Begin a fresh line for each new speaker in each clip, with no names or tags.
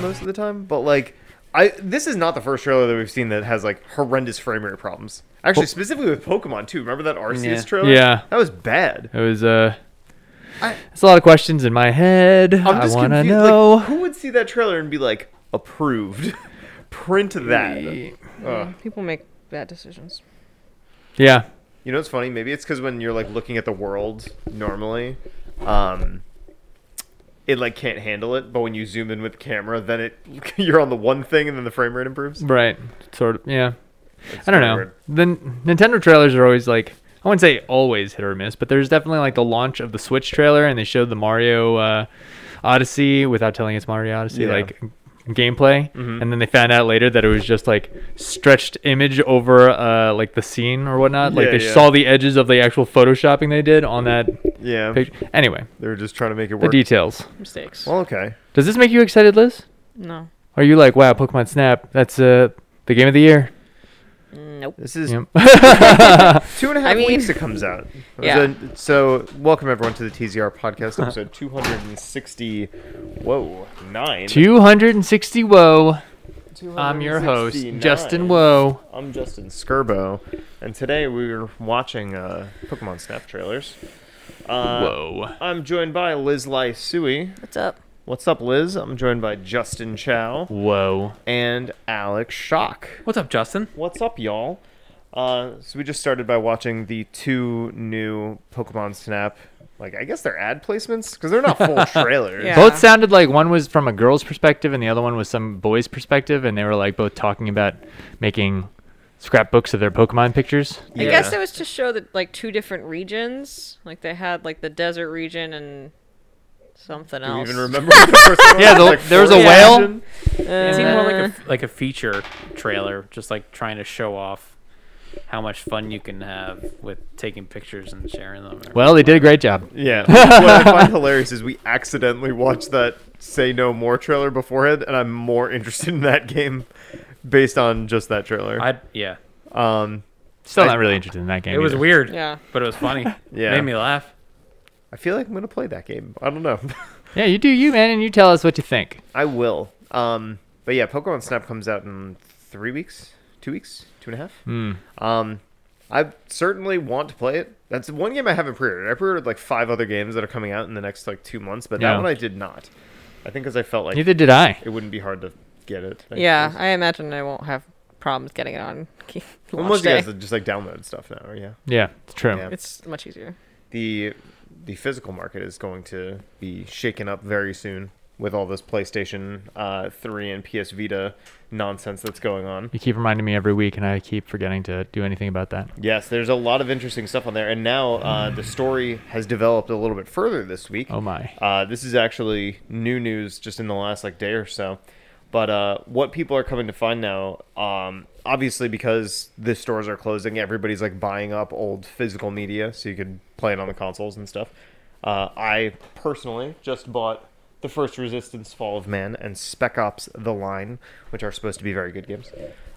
most of the time, but like I this is not the first trailer that we've seen that has like horrendous frame rate problems. Actually, specifically with Pokemon too. Remember that Arceus
Yeah.
trailer?
Yeah.
that was bad.
It was uh,
I-
it's a lot of questions in my head.
I'm
I
just
want to
confused.
know.
Like, who would see that trailer and be like, approved? Print that. Ugh.
Mm, People make bad decisions.
yeah,
You know what's funny? Maybe it's because when you're like looking at the world normally, um, it like can't handle it. But when you zoom in with the camera, then it you're on the one thing, and then the frame rate improves.
right. Sort of. Yeah.
It's
I
kinda
don't know.
weird.
The N- Nintendo trailers are always like I wouldn't say always hit or miss, but there's definitely like the launch of the Switch trailer and they showed the Mario uh, Odyssey without telling it's Mario Odyssey
Yeah. Mm-hmm.
like gameplay and then they found out later that it was just like stretched image over uh like the scene or whatnot like
Yeah,
they
yeah.
saw the edges of the actual photoshopping they did on that
Yeah,
picture anyway
they were just trying to make it
the
work.
details
Mistakes.
well, okay.
does this make you excited liz
no.
are you like wow pokemon snap that's uh the game of the year
Nope.
This is
Yep.
two and a half
I mean-
weeks it comes out.
Yeah.
So, so welcome everyone to the TZR podcast episode 260. Whoa, nine.
260 whoa I'm your host,
269.
Justin Woe.
I'm Justin Skirbo, and today we're watching uh, Pokemon Snap trailers. Uh,
Whoa.
I'm joined by Liz Laisui.
What's up?
What's up, Liz? I'm joined by Justin Chow
Whoa.
and Alex Shock.
What's up, Justin?
What's up, y'all? Uh, so we just started by watching the two new Pokemon Snap. Like I guess they're ad placements because they're not full trailers.
Yeah.
Both sounded like one was from a girl's perspective and the other one was some boy's perspective, and they were like both talking about making scrapbooks of their Pokemon pictures.
I guess
Yeah.
it was to show that like two different regions. Like they had like the desert region and something
Do you
else.
even remember? What the first one
Yeah, the- there was a
Florida
whale.
region?
It seemed more like a
Uh,
f- like a feature trailer, just like trying to show off how much fun you can have with taking pictures and sharing them. or-
Well, they did a great job.
Yeah. what I find hilarious is we accidentally watched that "Say No More" trailer beforehand, and I'm more interested in that game based on just that trailer.
I yeah,
um,
Still
I-
not really interested in that game.
it was
either.
weird.
Yeah.
but it was funny.
Yeah.
made me laugh.
I feel like I'm gonna play that game. I don't know.
Yeah, you do you, man, and you tell us what you think.
I will. Um, but yeah, Pokemon Snap comes out in three weeks, two weeks, two and a half.
Hmm.
Um, I certainly want to play it. That's one game I haven't pre-ordered. I pre-ordered like five other games that are coming out in the next like two months, but that
Yeah.
one I did not. I think because I felt like
Neither did I.
it wouldn't be hard to get it. thanks
yeah,
to this.
I imagine I won't have problems getting it on
Well,
launch
most
day.
of you guys just like download stuff now. Yeah.
Yeah, it's true.
Yeah.
It's much easier.
The the physical market is going to be shaken up very soon with all this PlayStation uh, 3 and PS Vita nonsense that's going on.
You keep reminding me every week, and I keep forgetting to do anything about that.
Yes, there's a lot of interesting stuff on there, and now uh, the story has developed a little bit further this week.
Oh my.
Uh, this is actually new news just in the last like day or so. But uh, what people are coming to find now, um, obviously because the stores are closing, everybody's like buying up old physical media so you could play it on the consoles and stuff. Uh, I personally just bought the first Resistance Fall of Man and Spec Ops The Line, which are supposed to be very good games.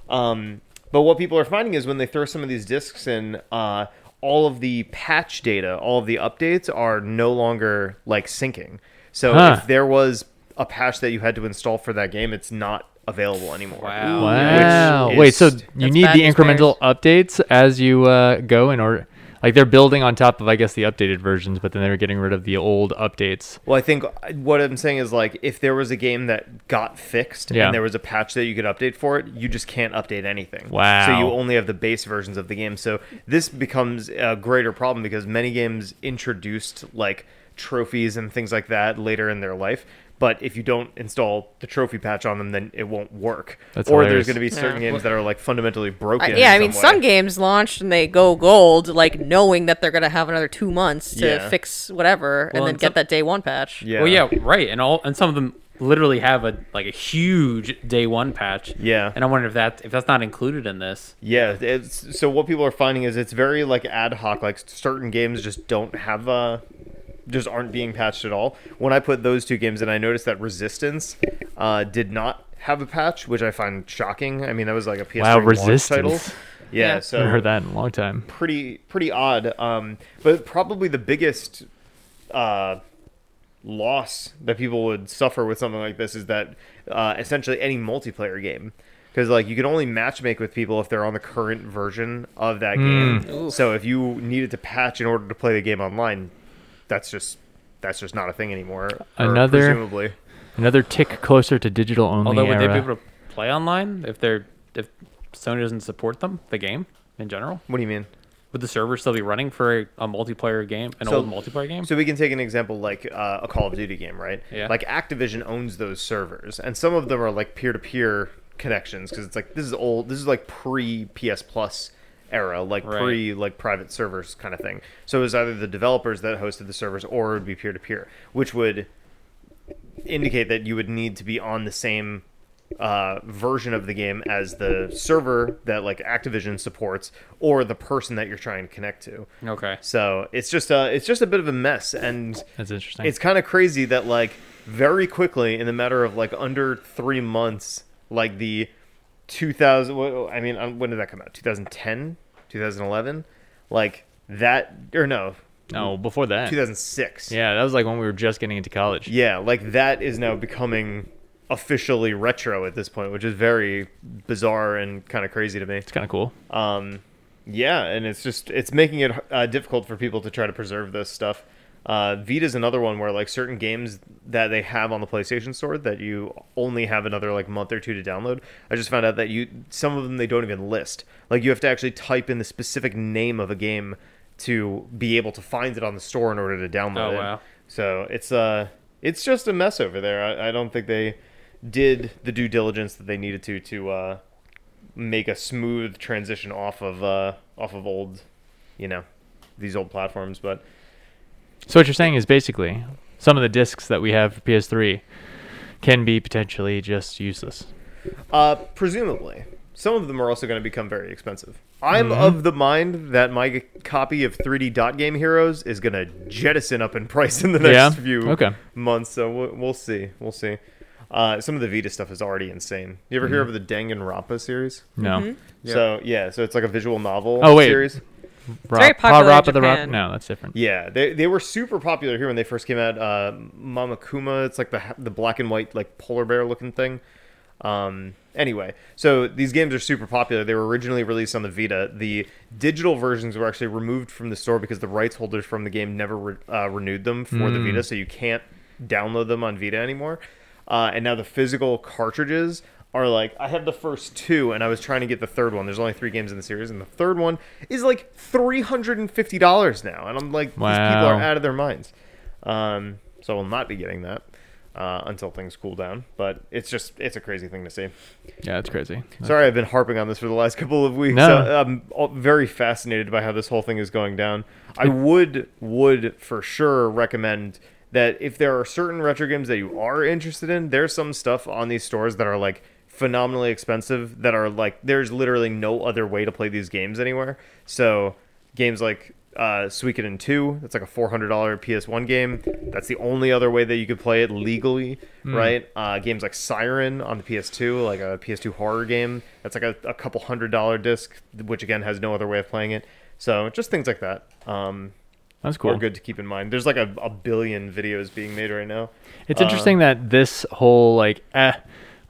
Um, but what people are finding is when they throw some of these discs in, uh, all of the patch data, all of the updates are no longer like syncing. So
Huh.
if there was a patch that you had to install for that game, it's not available anymore.
Wow.
Wow.
Which
Wait,
is-
so you
That's
need
bad
the
news
incremental updates as you uh, go in order. Like they're building on top of, I guess, the updated versions, but then they were getting rid of the old updates.
Well, I think uh, what I'm saying is like if there was a game that got fixed
Yeah.
and there was a patch that you could update for it, you just can't update anything.
Wow.
So you only have the base versions of the game. So this becomes a greater problem because many games introduced like trophies and things like that later in their life. But if you don't install the trophy patch on them, then it won't work.
That's
or
hilarious.
there's going to be certain
Yeah.
games that are like fundamentally
I,
broken. in
yeah, I mean,
way.
some games launched and they go gold, like knowing that they're gonna have another two months to
Yeah.
fix whatever, and
Well,
then
and
get
some-
that day one patch.
Yeah.
Well, yeah, right, and all and some of them literally have a like a huge day one patch.
Yeah.
and I wonder if that if that's not included in this.
Yeah, it's so what people are finding is it's very like ad hoc. Like certain games just don't have uh just aren't being patched at all. When I put those two games in, I noticed that Resistance uh, did not have a patch, which I find shocking. I mean, that was like a PS3
Wow,
launch
Resistance.
title. Yeah,
Yeah.
so
I haven't heard that in a long time.
pretty pretty odd. Um, but probably the biggest uh, loss that people would suffer with something like this is that uh, essentially any multiplayer game. Because like you can only matchmake with people if they're on the current version of that game. So if you needed to patch in order to play the game online, that's just that's just not a thing anymore. or
Another-
presumably.
Another tick closer to digital only
Although would
era.
they be able to play online if they're if Sony doesn't support them the game in general?
What do you mean?
Would the server still be running for a, a multiplayer game, an old multiplayer game?
So we can take an example like uh, a Call of Duty game, right?
Yeah.
Like Activision owns those servers, and some of them are like peer-to-peer connections because it's like this is old. This is like pre PS Plus era, like
Right.
pre like private servers kind of thing. So it was either the developers that hosted the servers, or it would be peer-to-peer, which would indicate that you would need to be on the same uh, version of the game as the server that like Activision supports, or the person that you're trying to connect to.
okay.
So it's just a it's just a bit of a mess, and
That's interesting.
it's kind of crazy that like very quickly in the matter of like under three months, like the 2000. wh- I mean, um, when did that come out? 2010, 2011, like that or no,
no, Oh, before that.
2006.
Yeah, that was like when we were just getting into college.
yeah, like that is now becoming officially retro at this point, which is very bizarre and kind of crazy to me.
It's kind of cool.
Um, yeah, and it's just it's making it uh, difficult for people to try to preserve this stuff. Uh, Vita's another one where like certain games that they have on the PlayStation Store that you only have another like month or two to download. I just found out that you some of them they don't even list. Like you have to actually type in the specific name of a game to be able to find it on the store in order to download
Oh,
it.
wow.
So it's uh it's just a mess over there. I, I don't think they did the due diligence that they needed to to uh, make a smooth transition off of uh, off of old, you know, these old platforms. But
So what you're saying is basically some of the discs that we have for PS3 can be potentially just useless.
uh, presumably, some of them are also going to become very expensive. I'm
Mm-hmm.
of the mind that my g- copy of 3D Dot Game Heroes is going to jettison up in price in the next
Yeah?
few
Okay.
months. So we'll, we'll see. We'll see. Uh, some of the Vita stuff is already insane. You ever hear
Mm-hmm.
of the Danganronpa series?
No.
So yeah, so it's like a visual novel
Mm-hmm. Oh, wait.
series.
Rob,
very popular in
Rob of the Rock-
Japan.
No, that's different.
Yeah, they, they were super popular here when they first came out. Uh, Mamakuma, it's like the ha- the black and white like polar bear looking thing. Um, anyway, so these games are super popular. They were originally released on the Vita. The digital versions were actually removed from the store because the rights holders from the game never re- uh, renewed them for the Vita, so you can't download them on Vita anymore. Uh, and now the physical cartridges are like I have the first two, and I was trying to get the third one. There's only three games in the series, and the third one is like three hundred and fifty dollars now, and I'm like, these people are
Wow.
out of their minds. Um, so I will not be getting that uh, until things cool down. But it's just it's a crazy thing to see.
Yeah, that's crazy.
Sorry, I've been harping on this for the last couple of weeks.
No.
Uh, I'm all- very fascinated by how this whole thing is going down. I would would for sure recommend that if there are certain retro games that you are interested in, there's some stuff on these stores that are like phenomenally expensive that are like there's literally no other way to play these games anywhere. So games like uh, Suikoden 2, that's like a $400 PS1 game. That's the only other way that you could play it legally, right? Uh, games like Siren on the PS2, like a PS2 horror game, that's like a, a couple hundred dollar disc, which again has no other way of playing it. So just things like that um,
That's cool.
are good to keep in mind. There's like a, a billion videos being made right now.
It's interesting that this whole like eh,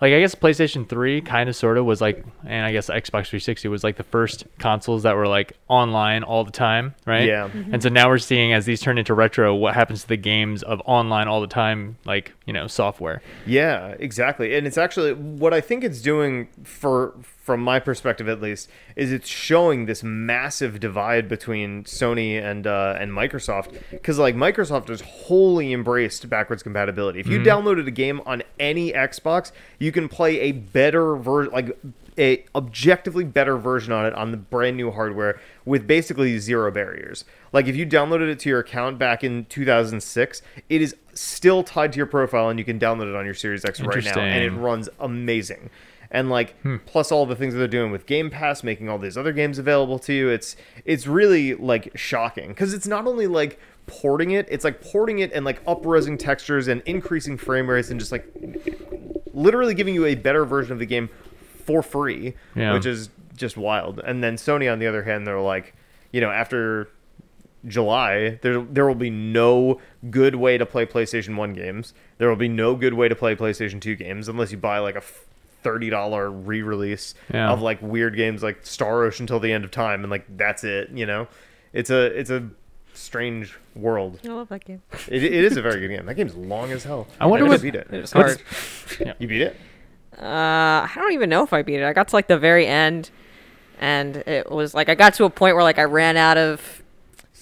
like I guess PlayStation 3 kind of sort of was like and I guess Xbox 360 was like the first consoles that were like online all the time, right?
Yeah.
Mm-hmm.
Mhm.
And so now we're seeing as these turn into retro what happens to the games of online all the time like, you know, software.
Yeah, exactly. And it's actually what I think it's doing for from my perspective at least is it's showing this massive divide between Sony and uh, and Microsoft because like Microsoft has wholly embraced backwards compatibility. If you downloaded a game on any Xbox, you can play a better version like a objectively better version on it on the brand new hardware with basically zero barriers. Like if you downloaded it to your account back in 2006, it is still tied to your profile and you can download it on your Series X right now and it
Interesting.
runs amazing. And like plus all the things that they're doing with Game Pass, making all these other games available to you, it's it's really like shocking because it's not only like porting it, it's like porting it and like upresing textures and increasing frame rates and just like literally giving you a better version of the game for free,
Yeah.
which is just wild. And then Sony, on the other hand, they're like, you know, after July, there there will be no good way to play PlayStation One games. There will be no good way to play PlayStation Two games unless you buy like a f- thirty dollar re release
Yeah.
of like weird games like Star Ocean till the end of time, and like that's it. You know, it's a it's a strange world.
I love that game.
It, it is a very good game. That game's long as hell.
I wonder
just
what-
beat it.
It's hard.
You beat it.
Uh, I don't even know if I beat it. I got to like the very end, and it was like I got to a point where like I ran out of.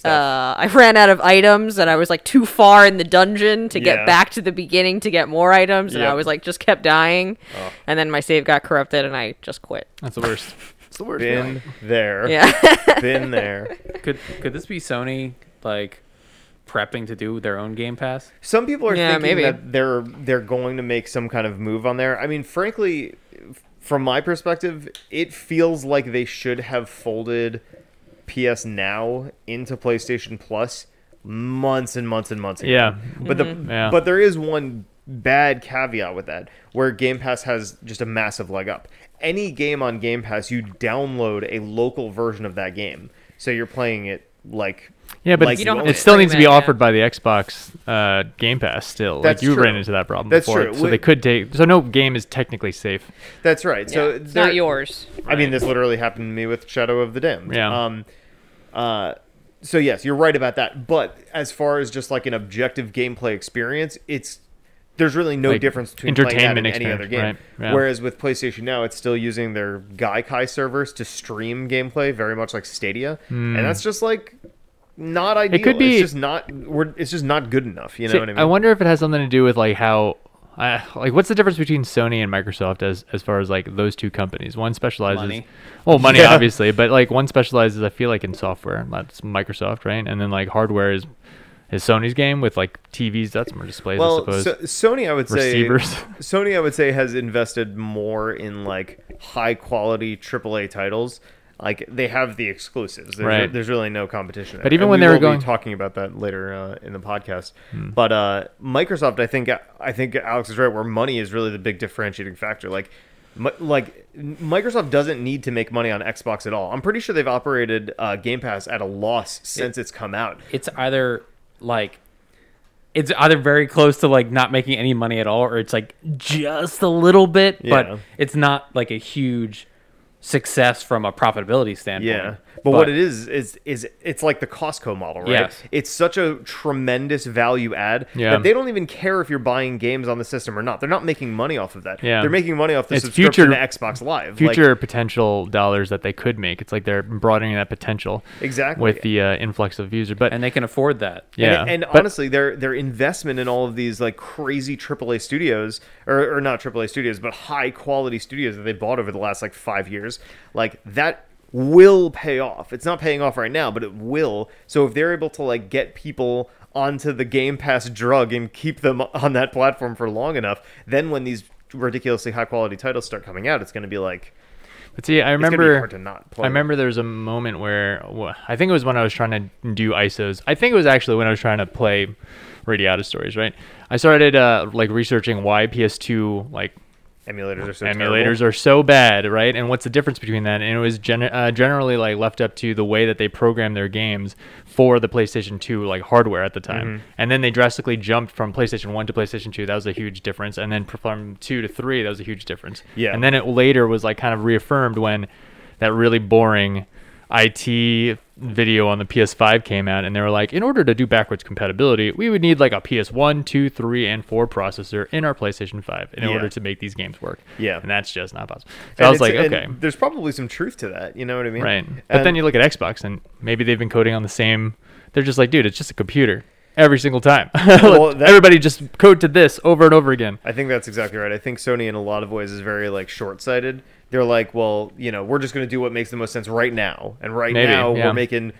Uh, I ran out of items and I was like too far in the dungeon to
Yeah.
get back to the beginning to get more items and I
Yep.
was like just kept dying
Oh.
and then my save got corrupted and I just quit.
That's the worst. It's the worst.
Been there.
Yeah.
Been there.
Could could this be Sony like prepping to do their own Game Pass?
Some people are
Yeah,
thinking
maybe.
that they're they're going to make some kind of move on there. I mean, frankly, f- from my perspective, it feels like they should have folded PS Now into PlayStation Plus months and months and months ago.
Yeah.
But the
Mm-hmm.
Yeah.
but there is one bad caveat with that where Game Pass has just a massive leg up. Any game on Game Pass, you download a local version of that game. So you're playing it like
Yeah, but
like
You don't
own
have
it
to
still
play
needs to be
that, yeah.
offered by the Xbox uh, Game Pass. Still,
That's
like you
true.
ran into that problem
That's
before,
true.
so
We-
they could take. So no game is technically safe.
That's right. So
Yeah. it's
there-
not yours.
I mean, this literally happened to me with Shadow of the Damned.
Yeah.
Um, uh, so yes, you're right about that. But as far as just like an objective gameplay experience, it's there's really no
Like,
difference between playing that and
entertainment
any other game.
experience, right, yeah.
Whereas with PlayStation Now, it's still using their Gaikai servers to stream gameplay, very much like Stadia, and that's just like not ideal.
Hmm. could be-
It's just not. We're, it's just not good enough. You know
See,
what I mean?
wonder if it has something to do with like how, uh, like what's the difference between Sony and Microsoft as as far as like those two companies? One specializes,
Money.
well, money
Yeah.
obviously, but like one specializes, I feel like in software, and that's Microsoft, right? And then like hardware is is Sony's game with like TVs, that's more displays, I
well,
suppose.
so, Sony, I would
Receivers.
say, Sony, I would say, has invested more in like high quality AAA titles. Like they have the exclusives. There's,
Right.
there's really no competition. there.
But even
And
when
we
they were
will be
going- Hmm.
talking about that later uh, in the podcast. But uh, Microsoft, I think, I think Alex is right. Where money is really the big differentiating factor. Like, mi- like Microsoft doesn't need to make money on Xbox at all. I'm pretty sure they've operated uh, Game Pass at a loss since it's come out.
It's either like it's either very close to like not making any money at all, or it's like just a little bit,
Yeah.
but it's not like a huge success from a profitability standpoint.
Yeah, but, what it is is is it's like the Costco model, right?
Yes.
It's such a tremendous value add
Yeah.
that they don't even care if you're buying games on the system or not. They're not making money off of that.
Yeah.
they're making money off the
It's
subscription
future-
to Xbox Live. Like,
Future potential dollars that they could make. It's like they're broadening that potential
Exactly.
with the uh, influx of users. But
and they can afford that.
yeah,
And, and
but-
honestly, their their investment in all of these like crazy AAA studios, or, or not AAA studios, but high quality studios that they bought over the last like five years, like that will pay off. It's not paying off right now, but it will. So if they're able to like get people onto the Game Pass drug and keep them on that platform for long enough, then when these ridiculously high quality titles start coming out, it's going to be like
But see, I
gonna be
remember.
hard to not play.
I remember there was a moment where wha- I think it was when I was trying to do ISOs. I think it was actually when I was trying to play Radiata Stories. Right, I started uh, like researching why PS2 like
emulators are so
emulators
terrible.
are so bad, right? And what's the difference between that? And it was gen- uh, generally like left up to the way that they programmed their games for the PlayStation 2 like hardware at the time.
Mm-hmm.
And then they drastically jumped from PlayStation 1 to PlayStation 2. That was a huge difference. And then from 2 to 3, that was a huge difference.
Yeah.
And then it later was like kind of reaffirmed when that really boring IT video on the PS5 came out and they were like in order to do backwards compatibility we would need like a PS1, 2, 3 and 4 processor in our PlayStation 5 in
Yeah.
order to make these games work.
Yeah.
And that's just not possible. So
And
I was like,
it's- and
okay.
There's probably some truth to that. You know what I mean?
Right. But then
And-
you look at Xbox and maybe they've been coding on the same they're just like, dude, it's just a computer every single time.
Well, that-
Everybody just code to this over and over again.
I think that's exactly right. I think Sony in a lot of ways is very like short-sighted. They're like, well, you know, we're just going to do what makes the most sense right now. And right
Maybe,
now
yeah.
we're making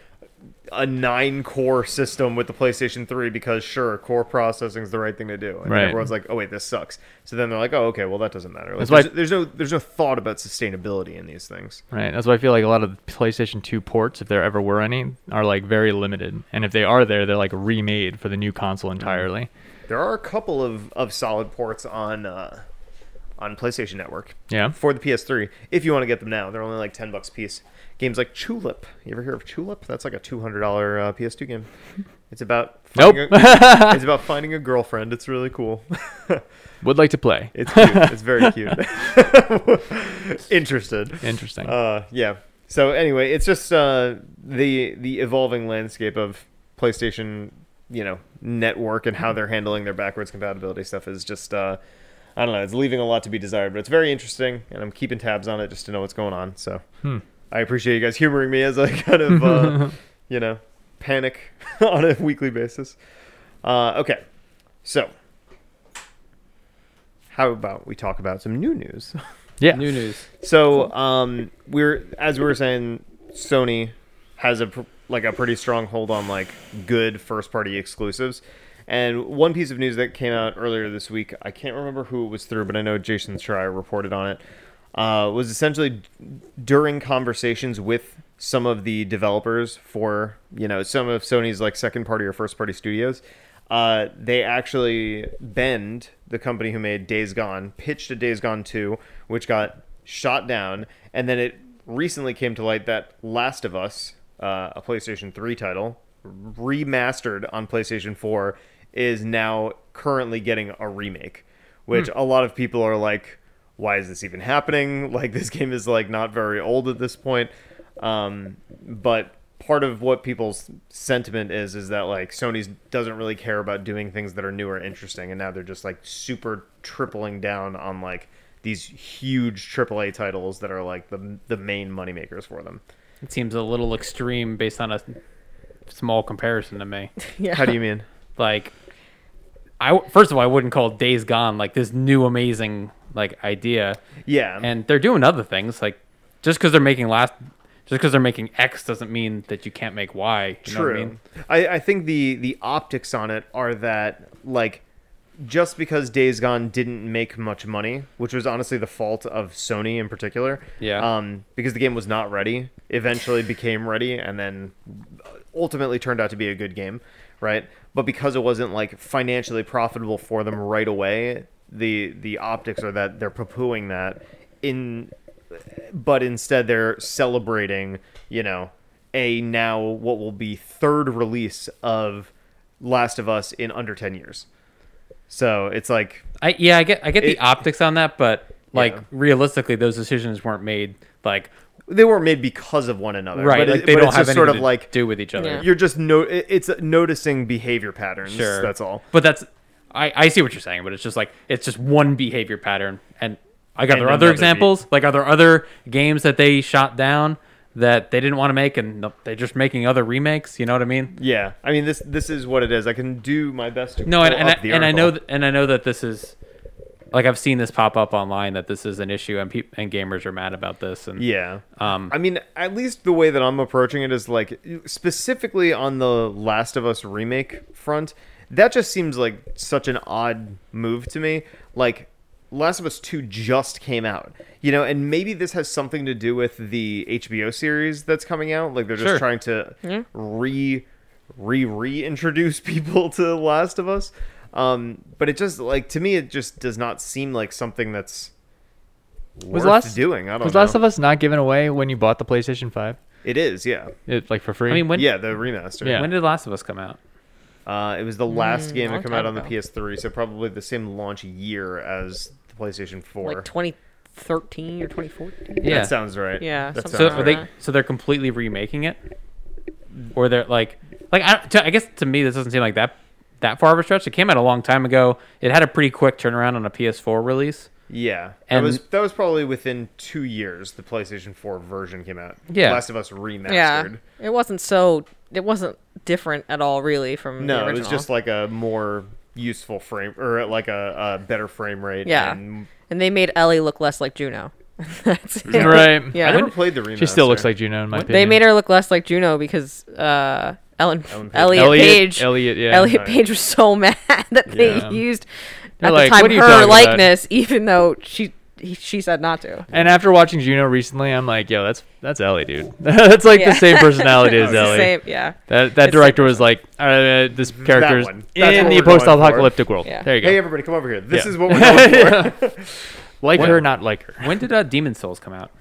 a nine-core system with the PlayStation 3 because sure, core processing is the right thing to do. And then
Right.
everyone's like, "Oh wait, this sucks." So then they're like, "Oh, okay, well that doesn't matter." Like,
That's why-
there's, there's no there's no thought about sustainability in these things.
Right. That's why I feel like a lot of the PlayStation 2 ports, if there ever were any, are like very limited. And if they are there, they're like remade
Mm-hmm.
for the new console entirely.
There are a couple of, of solid ports on uh, on PlayStation Network
Yeah.
for the PS3. If you want to get them now, they're only like ten bucks a piece. Games like Tulip. You ever hear of Tulip? That's like a two hundred dollar uh, PS2 game. It's about finding
Nope.
a, it's about finding a girlfriend. It's really cool.
Would like to play.
It's cute. it's very cute. Interested.
Interesting.
Uh, yeah. So anyway, it's just uh, the the evolving landscape of PlayStation, you know, network and how
Mm-hmm.
they're handling their backwards compatibility stuff is just uh, I don't know. It's leaving a lot to be desired, but it's very interesting, and I'm keeping tabs on it just to know what's going on. So
Hmm.
I appreciate you guys humoring me as I kind of uh, you know panic on a weekly basis. Uh, okay, so. How about we talk about some new news?
yeah.
New news.
So um, we're as we were saying, Sony has a pr- like a pretty strong hold on like good first party exclusives. And one piece of news that came out earlier this week, I can't remember who it was through, but I know Jason Schreier reported on it. Uh, was essentially d- during conversations with some of the developers for you know some of Sony's like second party or first party studios. Uh, they actually Bend, the company who made Days Gone, pitched a Days Gone 2, which got shot down, and then it recently came to light that Last of Us, uh, a PlayStation 3 title, remastered on PlayStation 4, is now currently getting a remake, which a lot of people are like, why is this even happening? Like this game is like not very old at this point. Um, but part of what people's sentiment is is that like Sony's doesn't really care about doing things that are new or interesting, and now they're just like super tripling down on like these huge AAA titles that are like the the main moneymakers for them.
It seems a little extreme based on a small comparison to me.
Yeah.
How do you mean?
like I w- first of all, I wouldn't call Days Gone like this new amazing like idea,
Yeah,
and they're doing other things. Like just because they're making last, just because they're making X doesn't mean that you can't make Y. You Know
True.
what I mean?
I, I think the the optics on it are that like just because Days Gone didn't make much money, which was honestly the fault of Sony in particular.
Yeah.
Um, because the game was not ready, eventually became ready, and then ultimately turned out to be a good game, right? But because it wasn't like financially profitable for them right away, the the optics are that they're poo-pooing that in but instead they're celebrating, you know, a now what will be third release of Last of Us in under 10 years. So it's like,
I yeah, I get I get
It-
the optics on that, but like
Yeah.
realistically, those decisions weren't made like
they weren't made because of one another.
right.
But,
like
it-
they
but
don't
it's
have
just
anything
sort of
to
like,
do with each other.
Yeah.
you're just no, it- it's noticing behavior patterns.
Sure,
That's all.
But that's I I see what you're saying, but it's just like it's just one behavior pattern. And like, are
And
there other
another
examples? Like, are there other games that they shot down that they didn't want to make, and they're just making other remakes? You know what I mean?
Yeah. I mean, this, this is what it is. I can do my best to,
No, and
pull
and I,
up the
and I know
article.
th- and I know that this is like I've seen this pop up online that this is an issue, and peop and gamers are mad about this. And
Yeah.
Um,
I mean, at least the way that I'm approaching it is like specifically on the Last of Us remake front. That just seems like such an odd move to me. Like Last of Us 2 just came out. You know, and maybe this has something to do with the HBO series that's coming out. Like they're just
Sure.
trying to re re reintroduce people to Last of Us. Um, but it just like to me it just does not seem like something that's worth doing. I don't
was
know.
Last of Us not given away when you bought the PlayStation Five?
It is, yeah.
It like for free.
I mean, when
Yeah, the remaster.
Yeah. Hmm,
when did Last of Us come out?
Uh, it was the last game
long
that came out
time
on the
ago.
PS3, so probably the same launch year as the PlayStation 4.
Like 2013 or 2014.
That sounds right.
Yeah,
That sounds
something
So
Uh-huh.
are
right.
they so they're completely remaking it, or they're like like I, to, I guess to me this doesn't seem like that that far of a stretch. It came out a long time ago. It had a pretty quick turnaround on a PS4 release.
yeah. that
And-
was that was probably within two years the PlayStation 4 version came out.
Yeah.
Last of Us
Yeah.
remastered.
It wasn't so. It wasn't different at all, really, from the
No, it
original.
was just like a more useful frame or like a, a better frame rate.
Yeah.
and-
and they made Ellie look less like Juno. That's it.
right.
I
Yeah.
never played the remaster.
She still looks like Juno in my
They
opinion.
made her look less like Juno because uh, Ellen,
Ellen Page.
Elliot,
Elliot.
Page,
Elliot. Yeah.
Elliot
Right.
Page was so mad that they
Yeah.
used
They're
at
like,
the time
"What are you
her
talking about?"
likeness, even though she he, she said not to.
And after watching Juno recently, I'm like, yo, that's that's Ellie, dude. that's like
Yeah.
the same personality as
It's the
Ellie.
same- yeah.
That that
It's-
director was like, uh, this character's
one. That's what
in
we're
the
going for.
post-apocalyptic world.
Yeah.
There you go.
Hey everybody, come over here. This
Yeah.
is what we're going for.
Like
When-
her, not like her.
When did uh, Demon Souls come out?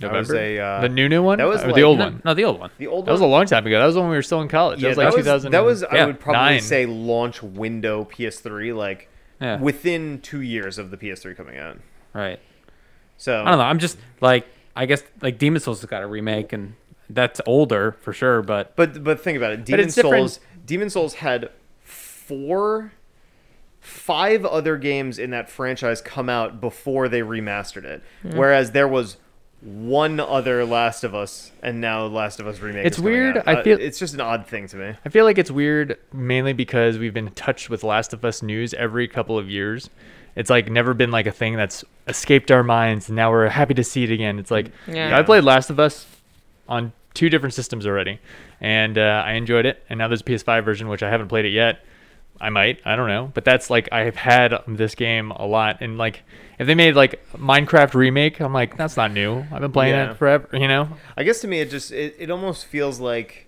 That was a, uh,
the new new one.
that was
or
like-
the old
No,
one.
no, the old one.
The old
That was a
one-
long time ago. That was when we were still in college.
Yeah,
that was like
that was,
2000.
that was I
yeah,
would probably
nine.
say launch window PS3 like
Yeah.
within two years of the PS3 coming out.
Right.
So
I don't know. I'm just like I guess like Demon Souls has got a remake, and that's older for sure. But
But but think about it. Demon
it's different.
Souls. Demon Souls had four, five other games in that franchise come out before they remastered it.
Hmm.
Whereas there was one other Last of Us, and now Last of Us remake.
It's
is coming
weird.
out.
I
Uh,
feel-
it's just an odd thing to me.
I feel like it's weird mainly because we've been touched with Last of Us news every couple of years. It's like never been like a thing that's escaped our minds and now we're happy to see it again. It's like
Yeah.
I played Last of Us on two different systems already and uh, I enjoyed it and now there's a PS5 version which I haven't played it yet. I might, I don't know, but that's like I've had this game a lot and like if they made like Minecraft remake, I'm like that's not new. I've been playing
Yeah.
it forever, you know.
I guess to me, it just it, it almost feels like,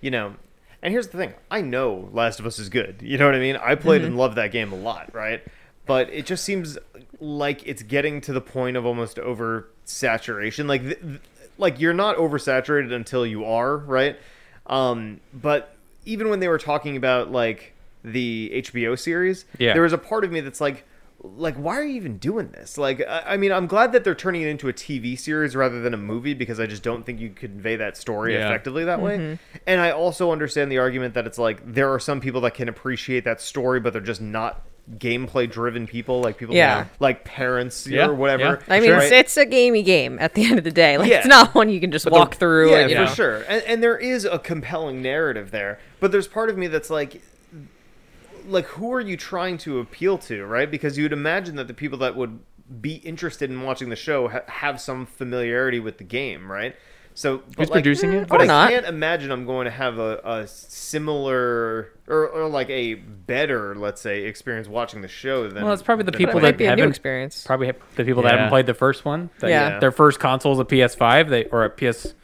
you know. And here's the thing: I know Last of Us is good. You know what I mean? I played and loved that game a lot, right? But it just seems like it's getting to the point of almost oversaturation. Like, th- th- like you're not oversaturated until you are, right? Um, but even when they were talking about like the HBO series,
Yeah.
there was a part of me that's like, like why are you even doing this like I, I mean i'm glad that they're turning it into a tv series rather than a movie because i just don't think you could convey that story
Yeah.
effectively that way
Mm-hmm.
and i also understand the argument that it's like there are some people that can appreciate that story but they're just not gameplay driven people like people
Yeah.
like parents
Yeah,
or whatever
yeah.
I mean,
right?
it's, it's a gamey game at the end of the day. Like, it's
Yeah.
not one you can just
the-
walk through.
Yeah,
and, you
for
know.
sure. And, and there is a compelling narrative there, but there's part of me that's like, like who are you trying to appeal to, right? Because you'd imagine that the people that would be interested in watching the show ha- have some familiarity with the game, right? So but
Who's
like-
producing it?
But
Or
I
not.
can't imagine I'm going to have a, a similar or, or like a better, let's say, experience watching the show than.
well, it's probably the
than
people
But it
I-
might
that
be a new
haven't-
experience.
probably ha- the people that
Yeah.
haven't played the first one. that-
Yeah.
Their first console is a PS5, they or a PS.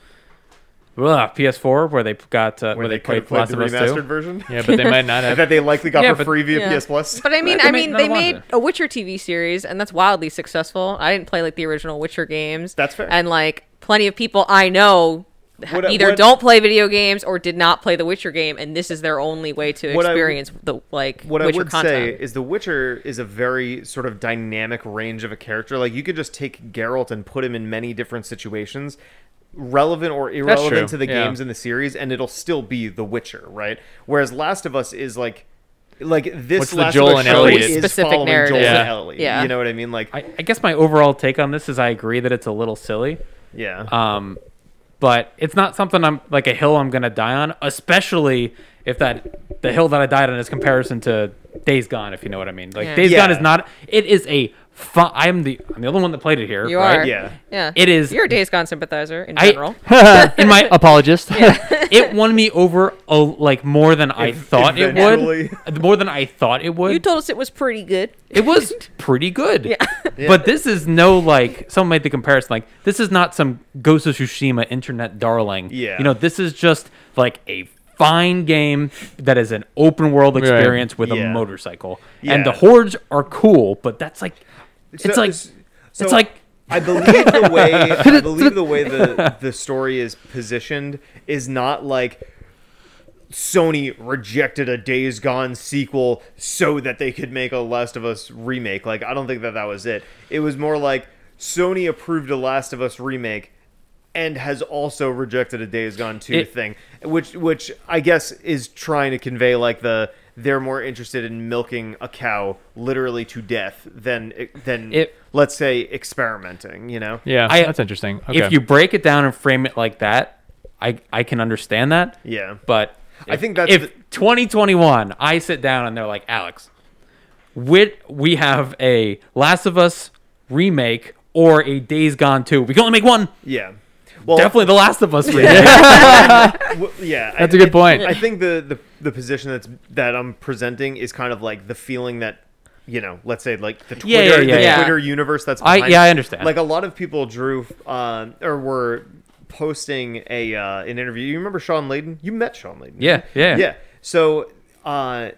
Well, uh, PS4 where they got uh, where,
where
they,
they could
played
have played
Last
the
of Us 2.
remastered version.
Yeah, but they might not have
That they likely got
Yeah,
for
but-
free via
Yeah.
PS Plus.
But I mean,
They
I
made
mean,
another
they
one
made
then.
a Witcher TV series, and that's wildly successful. I didn't play like the original Witcher games.
That's fair.
And like, plenty of people I know ha-
What I-
either
what-
don't play video games or did not play the Witcher game, and this is their only way to
What I w-
experience the like
what
Witcher
I would
content.
say is The Witcher is a very sort of dynamic range of a character. Like you could just take Geralt and put him in many different situations, relevant or
true,
irrelevant to the
yeah.
games in the series, and it'll still be The Witcher, right? Whereas Last of Us is like, like this
What's the
Last
Joel
of Us
and
show
Elliot?
is
Specific
following
narrative.
Joel
Yeah.
and Elliot.
Yeah.
You know what I mean? Like,
I, I guess my overall take on this is I agree that it's a little silly.
yeah,
Um, but it's not something I'm like a hill I'm gonna die on, especially if that the hill that I died on is comparison to Days Gone, if you know what I mean. Like
Yeah.
Days Gone is
Yeah.
not. It is a fun. I am the I'm the only one that played it here.
you
right?
are,
Yeah.
yeah.
It is-
You're a Days Gone sympathizer in
I-
general.
in my apologist.
it won me over a, like more than I thought
eventually.
it would. More than I thought it would.
you told us it was pretty good.
it was pretty good.
Yeah.
But this is no like someone made the comparison like this is not some Ghost of Tsushima internet darling.
Yeah.
You know, this is just like a fine game that is an open world experience with
Yeah.
a motorcycle.
Yeah.
And the hordes are cool, but that's like
So-
it's like
so
it's like
I believe the way I believe the way the the story is positioned is not like Sony rejected a Days Gone sequel so that they could make a Last of Us remake. Like I don't think that that was it. It was more like Sony approved a Last of Us remake and has also rejected a Days Gone 2
It-
thing, which which I guess is trying to convey like the they're more interested in milking a cow literally to death than than
It-
let's say experimenting, you know?
yeah,
I-
that's interesting. Okay.
if you break it down and frame it like that, I I can understand that.
Yeah.
But
I
if-
think that's
if
the-
2021, I sit down and they're like, Alex, we we have a Last of Us remake or a Days Gone two. We can only make one.
Yeah. Well,
Definitely the Last of Us remake.
w- yeah.
That's
a
a good point.
I think the, the the position that's that I'm presenting is kind of like the feeling that you know, let's say like the Twitter,
Yeah, yeah, yeah,
the
yeah.
Twitter universe that's
I-
behind
yeah,
it.
I understand.
Like a lot of people drew uh, or were posting a uh, an interview. You remember Sean Layden? You met Sean Layden.
Yeah, yeah.
Yeah. So uh,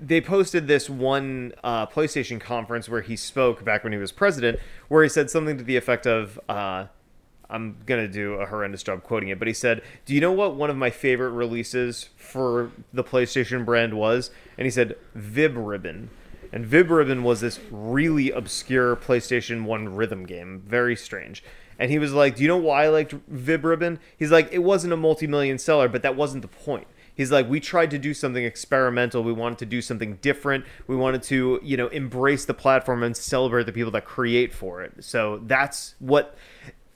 they posted this one uh, PlayStation conference where he spoke back when he was president, where he said something to the effect of, uh, "I'm gonna do a horrendous job quoting it," but he said, "Do you know what one of my favorite releases for the PlayStation brand was?" And he said, "Vib Ribbon." And Vib Ribbon was this really obscure PlayStation 1 rhythm game. Very strange. And he was like, Do you know why I liked Vib Ribbon? He's like, It wasn't a multi million seller, but that wasn't the point. He's like, We tried to do something experimental. We wanted to do something different. We wanted to, you know, embrace the platform and celebrate the people that create for it. So that's what.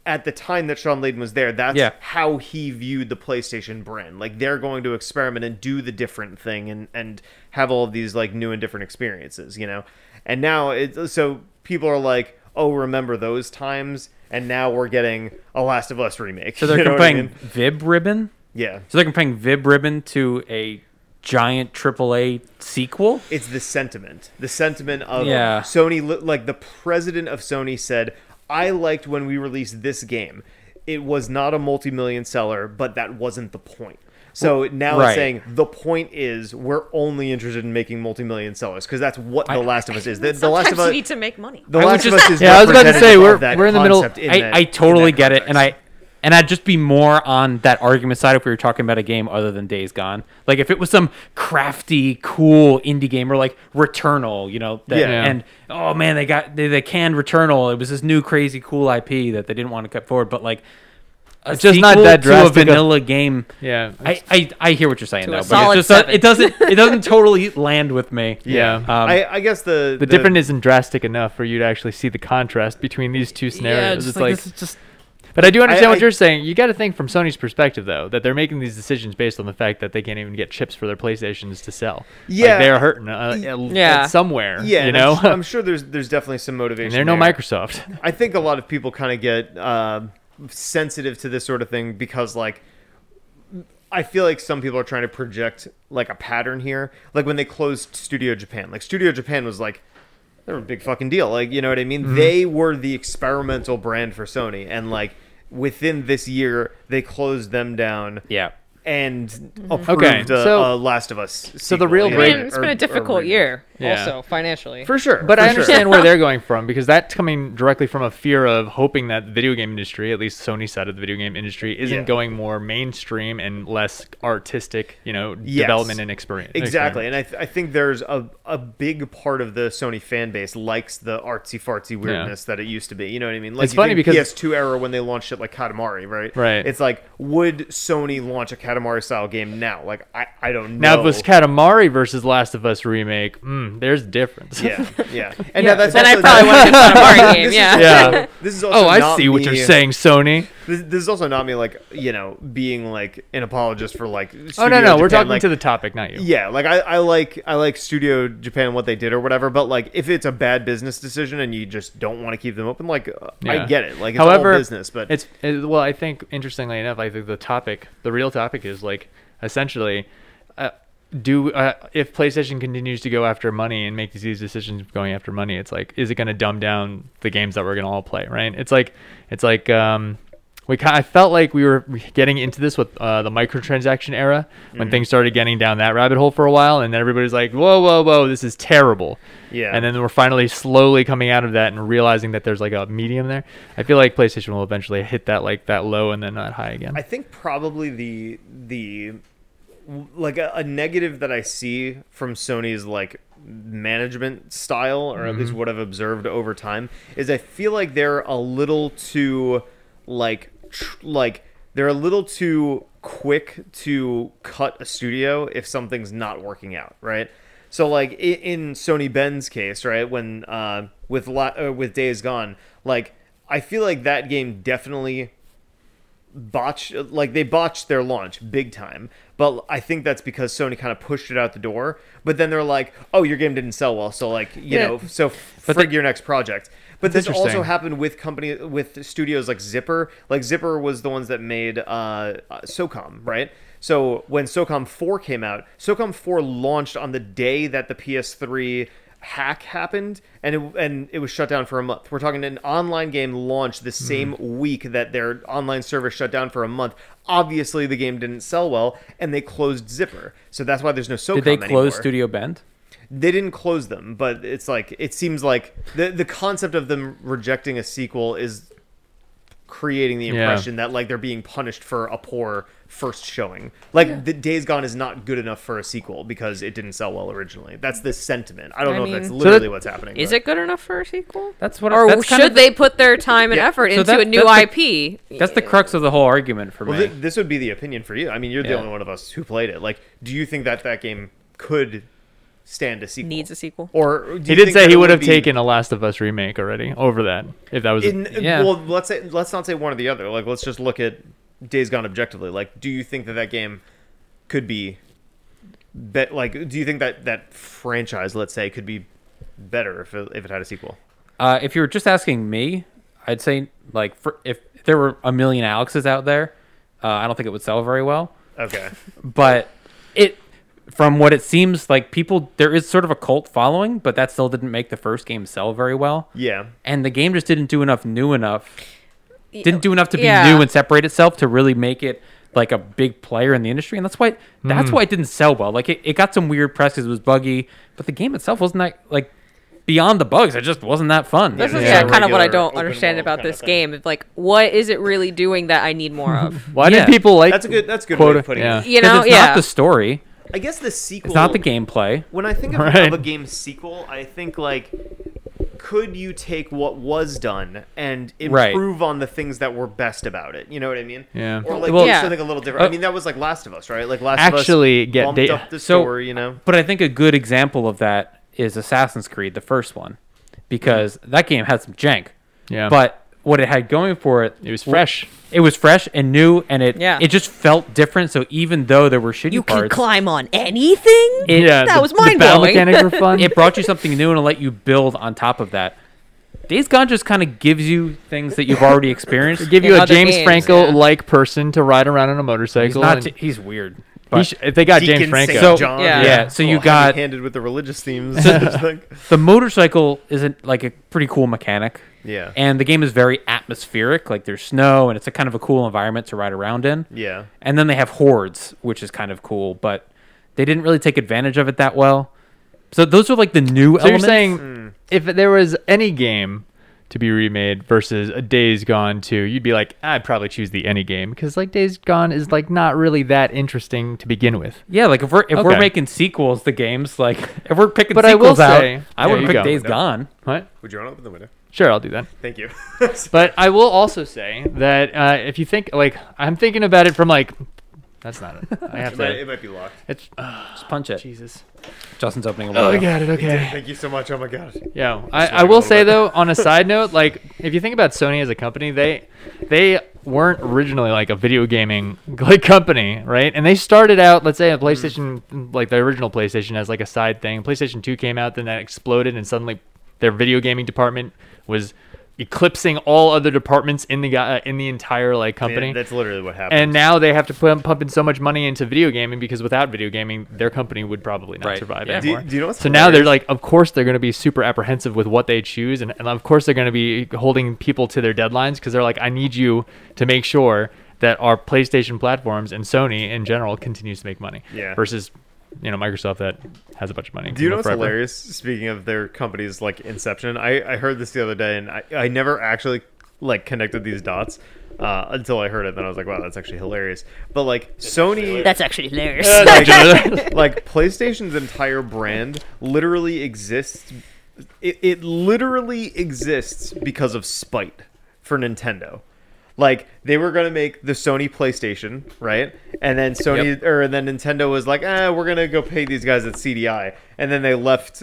At the time that Sean Layden was there, that's
Yeah.
how he viewed the PlayStation brand. Like they're going to experiment and do the different thing and and have all of these like new and different experiences, you know. And now it so people are like, "Oh, remember those times?" And now we're getting a Last of Us remake.
So they're
You know what I
comparing
mean?
Vib Ribbon.
Yeah.
So they're comparing Vib Ribbon to a giant AAA sequel.
It's the sentiment. The sentiment of
Yeah.
Sony li- like the president of Sony said, "I liked when we released this game. It was not a multi-million seller, but that wasn't the point." So now
right.
it's saying the point is we're only interested in making multi-million sellers because that's what The Last of Us is. The, the Last of
Sometimes
Us,
you need to make money.
The
I would
Last of
just-
Us is
Yeah, I was about to
representative
say,
of
we're-
that
we're in the middle-
concept in
I,
that-
I
in
totally
that
get it, and
context.
I and I'd just be more on that argument side if we were talking about a game other than Days Gone. Like if it was some crafty, cool indie game or like Returnal, you know, that,
Yeah. Yeah.
and oh man, they got they, they canned Returnal. It was this new crazy cool IP that they didn't want to cut forward, but like a
It's just not
sequel
that
to a
drastic of-
vanilla game.
Yeah.
I, I, I hear what you're saying
To
though,
a
but
solid
it's just,
seven.
it doesn't it doesn't totally land with me.
Yeah.
Um,
I, I guess the
the, difference isn't drastic enough for you to actually see the contrast between these two scenarios.
just
it's
like,
like,
this is just
but I do understand what
I-
you're saying. You got to think from Sony's perspective, though, that they're making these decisions based on the fact that they can't even get chips for their PlayStations to sell.
Yeah.
like they're hurting uh, uh,
Yeah.
somewhere.
yeah,
you
and I'm
know,
su- I'm, sure there's there's definitely some motivation.
and they're no
there.
Microsoft.
I think a lot of people kind of get uh, sensitive to this sort of thing because, like, I feel like some people are trying to project like a pattern here. Like when they closed Studio Japan, like Studio Japan was like they were a big fucking deal. Like you know what I
Mm-hmm.
mean? They were the experimental brand for Sony, and like within this year, they closed them down.
yeah.
And
Mm-hmm.
approved
Okay,
a, a
so-
Last of Us.
so the
sequel,
real
you know,
break-
Man,
or-
it's been
or-
a difficult
or-
year,
Yeah.
also financially.
for sure.
But I
for sure.
understand where they're going from because that's coming directly from a fear of hoping that the video game industry, at least Sony's side of the video game industry, isn't
Yeah.
going more mainstream and less artistic, you know,
Yes.
development and experience.
Exactly, and I, th- I think there's a, a big part of the Sony fan base likes the artsy fartsy weirdness that it used to be. You know what I mean? Like
It's
you
funny
think
because-
PS2 era when they launched it like Katamari, right?
Right.
It's like would Sony launch a Katamari style game now? Like I, I don't know.
Now, if it was Katamari versus Last of Us remake, mm, there's a difference.
yeah, yeah, and now that's
then I
also
probably
not-
went to Katamari game.
This is
Yeah.
also-
Yeah.
This is also
oh, I
not
see what you're
me-
saying, Sony.
This, this is also not me, like you know, being like an apologist for like.
Oh no,
Studio
no, we're
Japan,
talking
like,
to the topic, not you.
Yeah, like I, I like I like Studio Japan what they did or whatever, but like if it's a bad business decision and you just don't want to keep them open, like uh, I
Yeah.
get it. Like it's
However,
all business, but
it's it, well, I think interestingly enough, I think the topic, the real topic, is like essentially, uh, do uh, if PlayStation continues to go after money and make these decisions of going after money, it's like, is it going to dumb down the games that we're going to all play? Right? It's like, it's like. Um, we kind I felt like we were getting into this with uh, the microtransaction era
Mm-hmm.
when things started getting down that rabbit hole for a while, and then everybody's like, "Whoa, whoa, whoa! This is terrible."
Yeah.
And then and we're finally slowly coming out of that and realizing that there's like a medium there. I feel like PlayStation will eventually hit that like that low and then not high again.
I think probably the the like a, a negative that I see from Sony's like management style, or at least what I've observed over time, is I feel like they're a little too like tr- like they're a little too quick to cut a studio if something's not working out, right? So like i- in Sony Ben's case, right, when uh, with La- uh, with Days Gone, like I feel like that game definitely botched like they botched their launch big time but i think that's because sony kind of pushed it out the door but then they're like oh your game didn't sell well so like you
Yeah.
know so
But
frig
the-
your next project but this also
interesting.
happened with company with studios like zipper like zipper was the ones that made uh, uh socom right so when socom 4 came out socom 4 launched on the day that the ps3 hack happened and it, and it was shut down for a month we're talking an online game launched the
Hmm.
same week that their online server shut down for a month obviously the game didn't sell well and they closed zipper so that's why there's no socom
Did they close
anymore.
Studio Bend?
they didn't close them, but it's like it seems like the the concept of them rejecting a sequel is creating the
Yeah.
impression that like they're being punished for a poor first showing. Like the Days Gone is not good enough for a sequel because it didn't sell well originally. That's the sentiment. I don't
I
know if that's
mean-
literally
that-
what's happening.
Is
but-
it good enough for a sequel?
That's what. I-
or
that's
should
kind of the-
they put their time and
Yeah.
effort
So
into
that-
a new
that's the-
IP?
That's the crux of the whole argument for
Well,
me.
thi- this would be the opinion for you. I mean, you're the
Yeah.
only one of us who played it. Like, do you think that that game could stand a sequel?
Needs a sequel.
Or do
He
you
did
think
say
that
he
it
would have
be
taken a Last of Us remake already over that if that was a-
In,
Yeah.
Well, let's say let's not say one or the other. Like, let's just look at Days Gone objectively. Like, do you think that that game could be bet? Like, do you think that that franchise, let's say, could be better if it, if it had a sequel?
Uh, if you were just asking me, I'd say like for, if there were a million Alexes out there, uh, I don't think it would sell very well.
Okay.
But it, from what it seems like, people there is sort of a cult following, but that still didn't make the first game sell very well.
Yeah.
And the game just didn't do enough new enough, didn't do enough to be
Yeah.
new and separate itself to really make it like a big player in the industry. And that's why that's
Hmm.
why it didn't sell well. Like it, it got some weird press 'cause it was buggy, but the game itself wasn't that like beyond the bugs. It just wasn't that fun.
This is
Yeah,
yeah, kind of what I
regular
don't
open
understand
world
about
kinda
this
thing.
game. It's Like, what is it really doing that I need more of?
Why
Yeah.
did people like?
That's a good. That's a good way
Quota-
of putting
yeah.
it.
You
'Cause
know,
it's
yeah.
not the story.
I guess the sequel.
It's not the gameplay.
when I think of,
Right.
of a game's sequel, I think like, could you take what was done and
Right.
improve on the things that were best about it? You know what I mean?
Yeah.
Or like
Well,
do
yeah.
something a little different.
Uh,
I mean, that was like Last of Us, right? Like Last
Actually,
of Us
get
bumped
da-
up the
So-
story. you know,
But I think a good example of that is Assassin's Creed, the first one, because that game had some jank.
Hmm. Yeah.
But what it had going for it,
It was
w-
fresh.
It was fresh and new, and it
Yeah.
it just felt different. So even though there were shitty
you can
parts,
climb on anything.
it,
yeah,
That
the,
was
The battle
mind-blowing.
mechanics were fun.
it brought you something new and it let you build on top of that. Days Gone just kind of gives you things that you've already experienced.
give you
in
a
other
James
games,
Franco
yeah.
like person to ride around on a motorcycle.
he's not.
and-
t- he's weird.
he
But
sh- if they got James
Deacon
Franco,
St.
So-
John,
Yeah.
yeah, so
A
you
little
got-
handed with the religious themes.
the motorcycle isn't like a pretty cool mechanic.
Yeah.
And the game is very atmospheric, like there's snow and it's a kind of a cool environment to ride around in.
yeah.
And then they have hordes, which is kind of cool, but they didn't really take advantage of it that well. So those are like the new
so you're
elements.
saying if there was any game to be remade versus a Days Gone 2, you'd be like, I'd probably choose the any game because like Days Gone is like not really that interesting to begin with.
Yeah, like if we're if
Okay.
we're making sequels to games, like if we're picking
But I will
sequels out,
say-
I
Yeah,
would
you
pick
go.
Days Gone.
What?
Would you want to open the window?
Sure, I'll do that.
Thank you.
But I will also say that uh, if you think like I'm thinking about it from like that's not it. I have
it, might, it
to.
might be locked.
It's uh,
Just punch it.
Jesus.
Justin's opening a
Oh,
window.
I got it. Okay.
Thank you so much. Oh my god.
Yeah, I,
wanna go
I
a
will
little
say
bit.
though, on a side note, like if you think about Sony as a company, they they weren't originally like a video gaming like company, right? And they started out, let's say, a PlayStation, like the original PlayStation, as like a side thing. PlayStation Two came out, then that exploded, and suddenly their video gaming department was eclipsing all other departments in the uh, in the entire like company.
Yeah, that's literally what happened.
and now they have to put, pump in so much money into video gaming because without video gaming, their company would probably not
Right.
survive
Yeah.
anymore.
do, you- do you know what's
So now they're
hilarious?
like, of course they're going to be super apprehensive with what they choose, and, and of course they're going to be holding people to their deadlines because they're like, I need you to make sure that our PlayStation platforms and Sony in general continues to make money.
Yeah.
Versus, you know, Microsoft that has a bunch of money.
Do you know
Forever.
what's hilarious? Speaking of their companies like Inception, I, I heard this the other day, and I, I never actually like connected these dots uh, until I heard it. Then I was like, wow, that's actually hilarious. But like Sony,
That's actually hilarious.
like, like, PlayStation's entire brand literally exists. It, it literally exists because of spite for Nintendo. Like they were gonna make the Sony PlayStation, right? And then Sony or and then Nintendo was like, "Ah, we're gonna go pay these guys at CDI," and then they left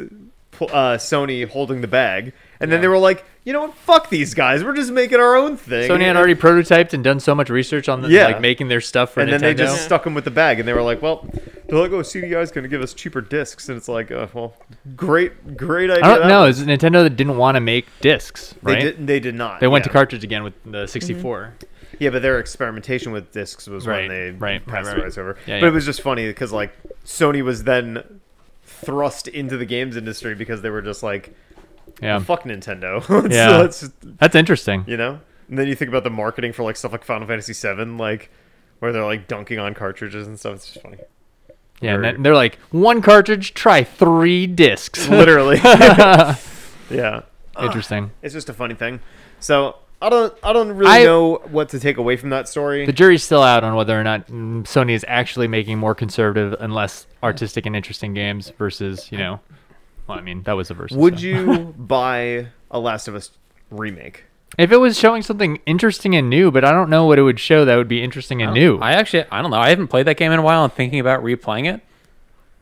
pl- uh, Sony holding the bag. And then they were like, "You know what? Fuck these guys. We're just making our own thing."
Sony had already prototyped and done so much research on the,
Yeah.
like making their stuff for
and
Nintendo.
then they just stuck him with the bag, and they were like, "Well, they're like, oh, CDI is going to give us cheaper discs," and it's like, uh, "Well, great, great idea."
I
that
don't know.
was-
It's Nintendo that didn't want to make discs,
they
right? They,
did. They did not.
went
yeah.
to cartridge again with
Mm-hmm.
the 64.
Yeah, but their experimentation with discs was when
Right,
they
right,
passed
right,
the
right.
rights over.
Yeah,
but
yeah.
it was just funny because like Sony was then thrust into the games industry because they were just like,
Yeah.
"Fuck Nintendo." Let's-
Yeah.
let's just-
That's interesting.
you know. And then you think about the marketing for like stuff like Final Fantasy VII, like where they're like dunking on cartridges and stuff. It's just funny.
Yeah, and
Very-
then they're like one cartridge, try three discs.
Literally. yeah.
Interesting.
It's just a funny thing. So I don't I don't really
I-
know what to take away from that story.
The jury's still out on whether or not mm, Sony is actually making more conservative and less artistic and interesting games versus, you know, well, I mean, that was a versus.
Would
so.
you buy a Last of Us remake?
If it was showing something interesting and new, but I don't know what it would show that would be interesting and new.
Oh, I actually, I don't know. I haven't played that game in a while. I'm thinking about replaying it.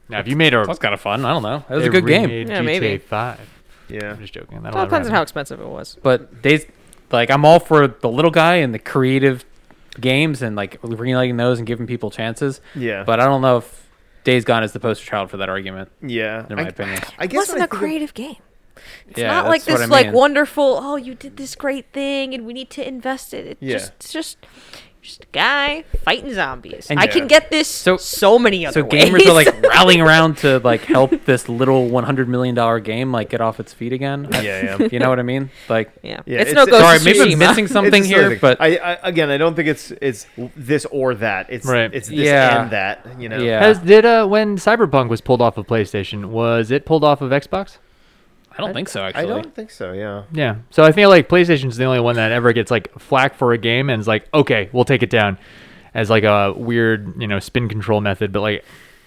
now, if you made a
That's kind of fun. I don't know. It was a good game.
remade
Yeah,
GTA
maybe.
Five.
Yeah.
I'm just joking. That
It all depends on how expensive it was.
But they, like, I'm all for the little guy and the creative games and like greenlighting those and giving people chances.
Yeah.
But I don't know if Days Gone is the poster child for that argument.
Yeah.
In my
I,
opinion.
I
It
guess
wasn't
when I
a
think of-
creative game. It's
Yeah,
not like
that's what
this
I
like
mean.
wonderful. Oh, you did this great thing, and we need to invest it. It
Yeah.
just it's just just a guy fighting zombies.
And-
I
Yeah.
can get this so so many other
So gamers are
ways.
like rallying around to like help this little 100 million dollar game like get off its feet again. I-
Yeah, yeah.
You know what I mean? Like,
yeah.
Yeah,
it's,
it's-
no Ghost
sorry,
of
maybe
Tsushima.
I'm missing something
It's just another
here,
thing.
but
I, I again I don't think it's it's this or that. It's
Right.
it's this
Yeah.
and that, you know.
Yeah.
Has did uh when Cyberpunk was pulled off of PlayStation, was it pulled off of Xbox?
I don't think so.
I
Actually,
don't think so, yeah.
Yeah. So I feel like PlayStation's the only one that ever gets like flack for a game and is like, okay, we'll take it down as like a weird, you know, spin control method, but like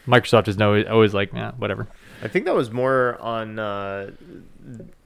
Microsoft is no always like, yeah, whatever.
I think that was more on uh,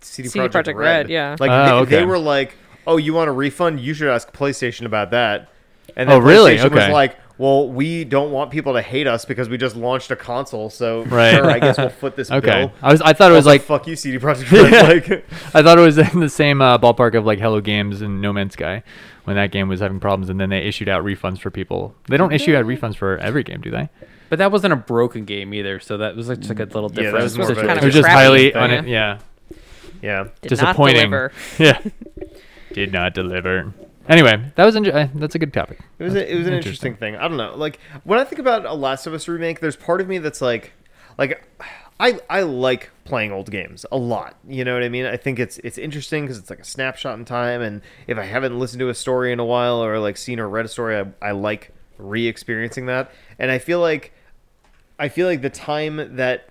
CD,
CD
Projekt Red.
Projekt Red, yeah.
like
Oh,
they, they
okay.
were like, "Oh, you want a refund? You should ask PlayStation about that." And then
Oh, really?
PlayStation was
Okay.
like, "Well, we don't want people to hate us because we just launched a console, so
Right.
sure, I guess we'll foot this
Okay.
bill."
I was I thought it was
Also,
like
"Fuck you, CD Projekt Red." like,
I thought it was in the same uh, ballpark of like Hello Games and No Man's Sky when that game was having problems and then they issued out refunds for people. They don't issue out refunds for every game, do they?
but that wasn't a broken game either. So that was like, just like a little
Mm. Yeah, that
different.
was more of a-
situation.
Kind
It
of
was just
crappy
highly
thing.
on it. Yeah.
yeah,
Did not
disappointing.
deliver.
yeah. Did not deliver. Anyway, that was inj- uh, that's a good topic.
it was a, it was an interesting. thing. I don't know. Like when I think about a Last of Us remake, there's part of me that's like, like. I, I like playing old games a lot. You know what I mean? I think it's it's interesting because it's like a snapshot in time, and if I haven't listened to a story in a while or like seen or read a story, I, I like re-experiencing that. And I feel like I feel like the time that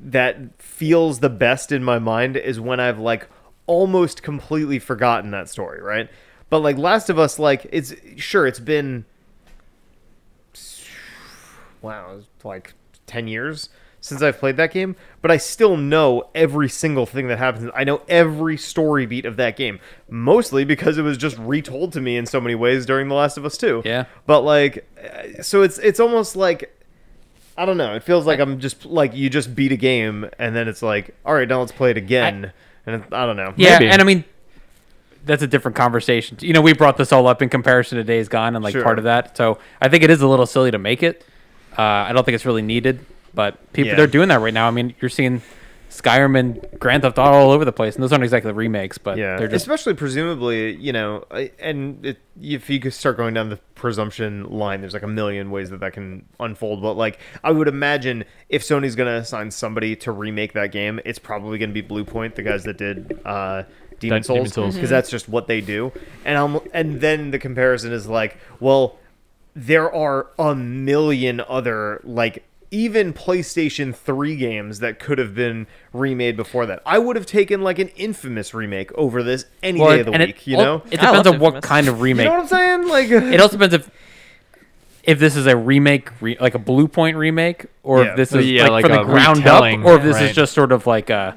that feels the best in my mind is when I've like almost completely forgotten that story, right? But like Last of Us, like it's sure it's been wow, it's like ten years since I've played that game, but I still know every single thing that happens. I know every story beat of that game, mostly because it was just retold to me in so many ways during The Last of Us Two.
Yeah.
but like, uh, so it's it's almost like I don't know. It feels like I'm just like you just beat a game and then it's like, all right, now let's play it again. and it, I don't know.
Yeah,
Maybe.
and I mean, that's a different conversation. You know, we brought this all up in comparison to Days Gone and like
Sure.
part of that. So I think it is a little silly to make it. Uh, I don't think it's really needed, but people
Yeah.
they're doing that right now. I mean, you're seeing Skyrim and Grand Theft Auto all over the place, and those aren't exactly remakes, but
Yeah,
they're just
especially presumably, you know, I- and it, if you could start going down the presumption line, there's like a million ways that that can unfold. But like, I would imagine if Sony's going to assign somebody to remake that game, it's probably going to be Blue Point, the guys that did uh, Demon
That- Demon
Souls,
Souls.
because
Hmm.
that's just what they do. And I'm, and then the comparison is like, well, there are a million other like even PlayStation 3 games that could have been remade before that. I would have taken like an infamous remake over this any
Well,
day of the
and
week,
it,
you
all-
know?
It
I love
depends on what
Infamous.
kind of
you
remake.
know what I'm saying? Like
it also depends if if this is a remake, re- like a Blue Point remake, or
Yeah.
if this
Well,
is
yeah,
like,
like
from
a
the ground up,
retelling,
or if this
right.
is just sort of like a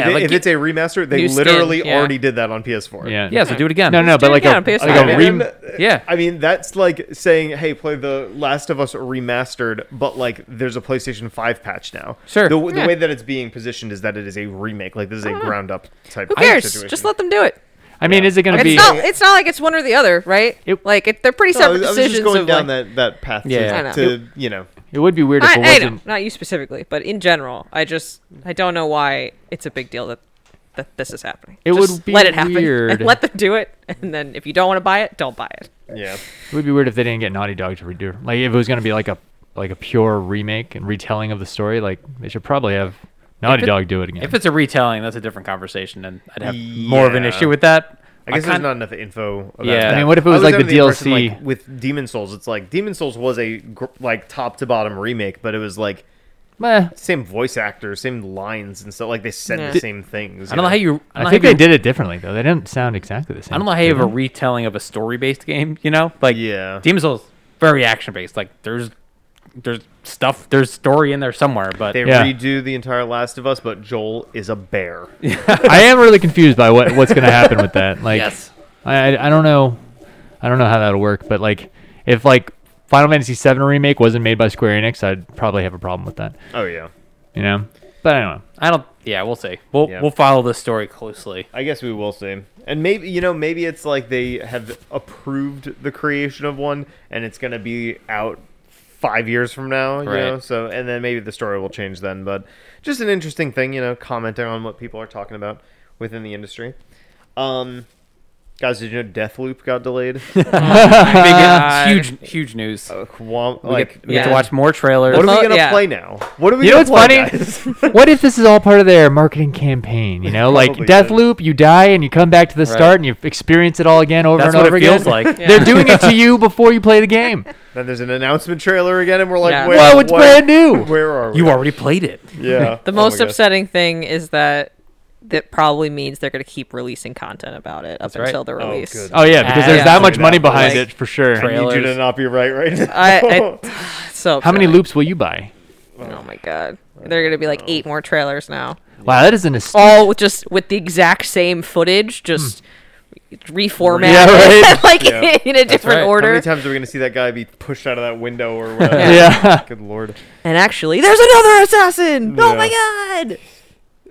if, it-
like
if it's a remaster, they
new skin,
literally
yeah.
already did that on PS4.
Yeah.
yeah, so do it again.
No, no,
Let's do
but
it
like
again
a,
on PS5.
like a
And-
rem-
yeah.
I mean, that's like saying, "Hey, play the Last of Us remastered," but like there's a PlayStation 5 patch now. The,
Sure.
the
Yeah. Uh-huh.
way that it's being positioned is that it is a remake. Like this is a ground up type.
Who cares?
Situation.
Just let them do it.
I mean, is it going to
It's
be
not. It's not like it's one or the other, right?
It-
like it, they're pretty
No, I
separate
was- I was
decisions.
just going
of
down
like,
that that path.
Yeah.
I
to,
know.
to, you know.
it would be weird if it
I, I know,
wasn't
not you specifically, but in general, I just I don't know why it's a big deal that that this is happening.
It
Just
would be
let it happen.
weird.
And let them do it, and then if you don't want to buy it, don't buy it.
Yeah.
It would be weird if they didn't get Naughty Dog to redo. Like if it was going to be like a like a pure remake and retelling of the story, like they should probably have Naughty
it-
Dog do it again.
If it's a retelling, that's a different conversation, and I'd have more of an issue with that.
I guess there's
kinda-
not enough info. About
Yeah, I
that.
mean, what if it was like
under
the
impression,
DLC?
like, with Demon Souls? It's like Demon Souls was a gr- like top to bottom remake, but it was like
Meh.
same voice actor, same lines and stuff. Like they said
Yeah.
the same things.
I don't know how you. I,
I
don't
think
know how
they
you,
did it differently though. They didn't sound exactly the same.
I don't know how you have a retelling of a story-based game. You know, like
Yeah.
Demon's Souls very action-based. Like there's there's stuff there's story in there somewhere, but
They
Yeah.
redo the entire Last of Us, but Joel is a bear.
I am really confused by what what's going to happen with that. Like,
Yes.
I I- I don't know, I don't know how that'll work. But like, if like Final Fantasy VII remake wasn't made by Square Enix, I'd probably have a problem with that.
Oh yeah.
You know, but I don't know.
I don't. Yeah, we'll see. We'll
Yeah.
we'll follow this story closely.
I guess we will see. And maybe you know, maybe it's like they have approved the creation of one and it's gonna be out five years from now, you
Right.
know. So and then maybe the story will change then. But just an interesting thing, you know, commenting on what people are talking about within the industry. Um guys, did you know Deathloop got delayed?
Big, uh, huge huge news.
Uh, Quam-
Oh, we
like
get, we get to
yeah.
watch more trailers.
what are
Well,
we gonna
yeah.
play now? What are we
You know
gonna
what's
play,
funny?
guys?
what if this is all part of their marketing campaign? You know, like
Probably
Death
is.
Loop, you die and you come back to the start and you experience it all again over
That's
and
what
over
it feels
again.
like.
Yeah.
They're doing it to you before you play the game.
then there's an announcement trailer again and we're like,
Yeah.
wait,
Whoa, it's
what-
brand new.
Where are we?
you already played it.
Yeah.
The
Oh my
most
gosh.
upsetting thing is that that probably means they're going to keep releasing content about it up
right.
until the
Oh,
release.
good.
Oh yeah, because there's
Yeah.
that much money
Like-
behind it for sure.
I need you to
trailers.
not be right right now.
I, I so
How many
upsetting.
loops will you buy?
Oh my god, they're going to be like eight more trailers now,
Wow, that is an astute.
all with just with the exact same footage, just reformatted
Yeah, right.
like
Yeah.
in a different
right. How
How many
order.
times are we going to see that guy be pushed out of that window or whatever?
yeah.
Good lord.
and actually, there's another assassin. Oh my god,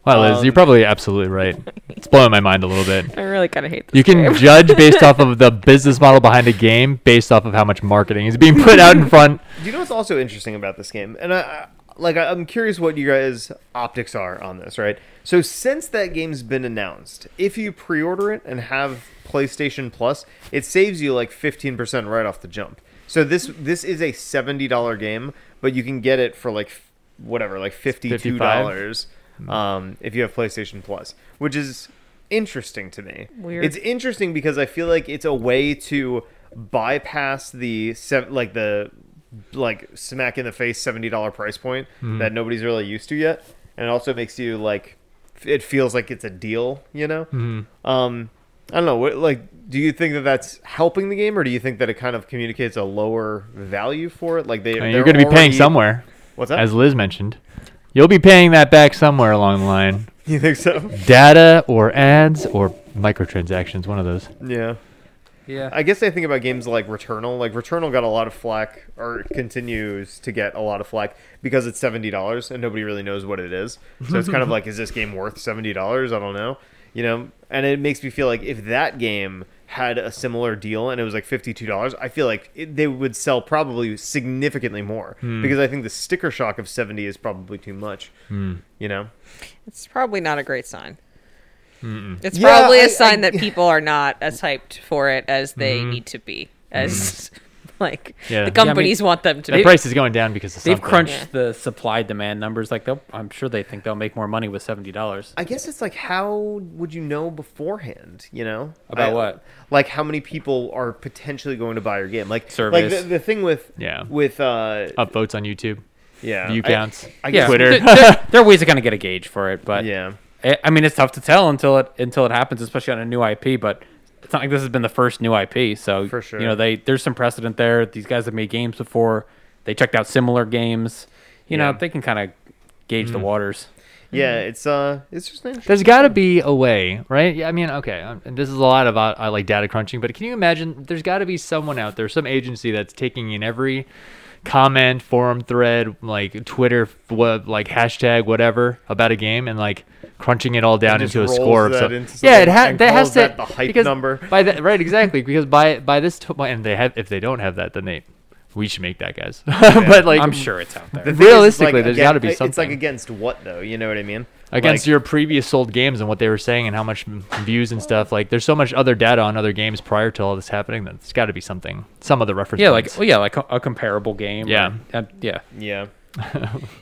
Wow, Liz,
Um,
you're probably absolutely right. It's blowing my mind a little bit.
I really kind of hate this.
You can
game.
judge based off of the business model behind a game, based off of how much marketing is being put out in front.
Do you know what's also interesting about this game? And I, I like I- I'm curious what you guys optics are on this, right? So since that game's been announced, if you pre-order it and have PlayStation Plus, it saves you like 15% right off the jump. So this this is a $70 game, but you can get it for like f- whatever, like $52
Mm.
um, if you have PlayStation Plus, which is interesting to me.
Weird.
It's interesting because I feel like it's a way to bypass the se- like the like smack in the face seventy dollar price point
Mm-hmm.
that nobody's really used to yet, and it also makes you like f- it feels like it's a deal, you know.
Mm-hmm.
Um, I don't know. What, like, do you think that that's helping the game, or do you think that it kind of communicates a lower value for it? Like they,
I mean, you're
they're
going to be paying
already-
somewhere,
What's that?
as Liz mentioned. You'll be paying that back somewhere along the line.
you think so?
Data or ads or microtransactions, one of those.
yeah.
Yeah.
I guess I think about games like Returnal. Like Returnal got a lot of flack, or continues to get a lot of flack because it's seventy dollars and nobody really knows what it is. So it's kind of like, is this game worth seventy dollars? I don't know. You know, and it makes me feel like if that game had a similar deal and it was like fifty-two dollars, I feel like it, they would sell probably significantly more because I think the sticker shock of seventy is probably too much. You know,
It's probably not a great sign. It's
Yeah,
probably
I-
a sign
I-
that people are not as hyped for it as they need to be, as like
Yeah. Yeah, I mean,
the companies want them to
The
be.
price is going down because of
They've
something.
crunched
Yeah.
the supply demand numbers. Like they'll, I'm sure they think they'll make more money with seventy dollars.
I guess it's like how would you know beforehand? You know
About
I-
what?
Like how many people are potentially going to buy your game? Like Like
Surveys.
the, the thing with
Yeah.
with uh
Upvotes on YouTube,
yeah
view
I-
counts,
I guess-
Yeah,
Twitter.
there, there- there are ways to kind of get a gauge for it, but
yeah
I, I mean it's tough to tell until it until it happens, especially on a new IP. But it's not like this has been the first new IP, so
For sure.
you know they there's some precedent there. These guys have made games before. They checked out similar games. You
Yeah.
know they can kind of gauge
Mm.
the waters.
yeah it's uh it's just an interesting
There's got to be a way, right? Yeah, I mean, okay, um, and this is a lot about uh, like data crunching, but can you imagine? There's got to be someone out there, some agency that's taking in every comment, forum thread, like Twitter, web, like hashtag, whatever about a game, and like crunching it all down
just
into a
rolls
score.
that
of some-
into
yeah, it
something
ha-
and
that has
calls
to
that the hype
because
number.
by that right exactly because by by this t- and they have if they don't have that then they we should make that guys, but like
I'm sure it's out there.
The thing is, it's
realistically,
like
there's
again-
gotta be
It's like
something.
against what though? You know what I mean?
against
Like,
your previous sold games and what they were saying and how much m- views and stuff. Like, there's so much other data on other games prior to all this happening that it's got to be something, some other reference.
Yeah, like
points.
well, yeah, like a, a comparable game. or-
Yeah.
uh, yeah.
yeah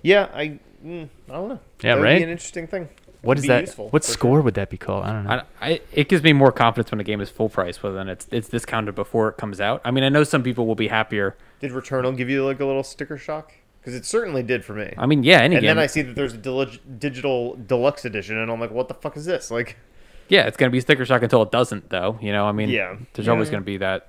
yeah I mm, I don't know
Yeah,
that would
right?
be an interesting thing.
What is
be
that?
useful,
what
for sure.
score would that be called? I don't know.
I, I, it gives me more confidence when a game is full price, whether than it's it's discounted before it comes out. I mean, I know some people will be happier.
Did Returnal give you like a little sticker shock? Because it certainly did for me.
I mean, yeah, any
and
game.
then I see that there's a dil- digital deluxe edition, and I'm like, what the fuck is this? Like,
yeah, it's gonna be sticker shock until it doesn't, though. You know, I mean,
Yeah.
there's
Yeah,
always
yeah.
gonna be that.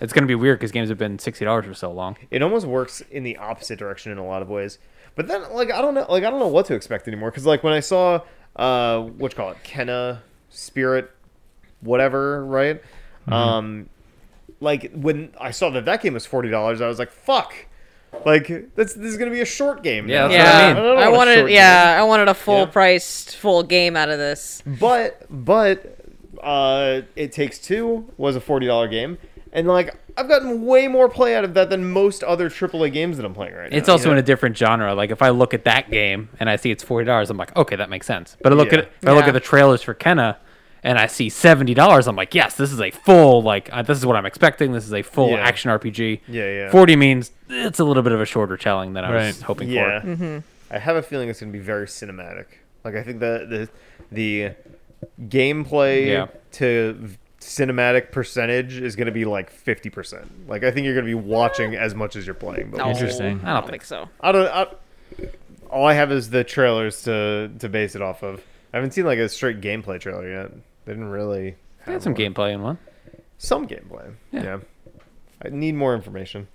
It's gonna be weird because games have been sixty dollars for so long.
it almost works in the opposite direction in a lot of ways. But then, like, I don't know, like, I don't know what to expect anymore. Because like when I saw, uh, what you call it, Kenna Spirit, whatever, right?
Mm-hmm.
Um, like when I saw that that game was forty dollars, I was like, fuck. Like that's this is gonna be a short game. now.
Yeah, That's what I
yeah,
mean.
don't
I,
want a short
wanted
game.
yeah, I wanted a full
Yeah.
priced full game out of this.
But but uh, it takes two was a forty dollar game, and like I've gotten way more play out of that than most other AAA games that I'm playing right now.
It's also
you
in
know?
a different genre. Like if I look at that game and I see it's forty dollars, I'm like, okay, that makes sense. But I look
Yeah.
at if I look
Yeah.
at the trailers for Kenna and I see seventy dollars, I'm like, yes, this is a full like uh, this is what I'm expecting. This is a full
Yeah.
action RPG.
Yeah, yeah.
Forty means it's a little bit of a shorter telling than I was
Right.
hoping
yeah.
for.
I have a feeling it's going to be very cinematic. Like I think the the the gameplay
Yeah.
to v- cinematic percentage is going to be like fifty percent. Like I think you're going to be watching as much as you're playing. But
No,
Interesting.
I don't think so.
I don't. I, all I have is the trailers to to base it off of. I haven't seen like a straight gameplay trailer yet. They didn't really.
They had
have
some
one.
gameplay in one.
Some gameplay. Yeah.
Yeah.
I need more information.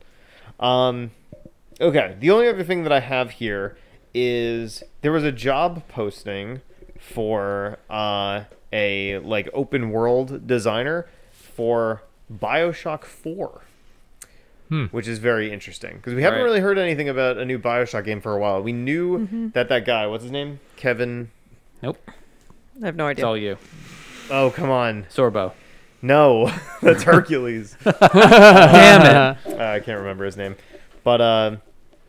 Um, okay. The only other thing that I have here is there was a job posting for uh, a like open world designer for Bioshock Four. Which is very interesting because we haven't
Hmm. Right.
really heard anything about a new Bioshock game for a while. We knew that that guy, what's his name, Kevin.
Nope,
I have no
it's
idea.
all you,
Oh come on,
Sorbo.
no, that's Hercules.
Damn it!
uh, I can't remember his name, but uh,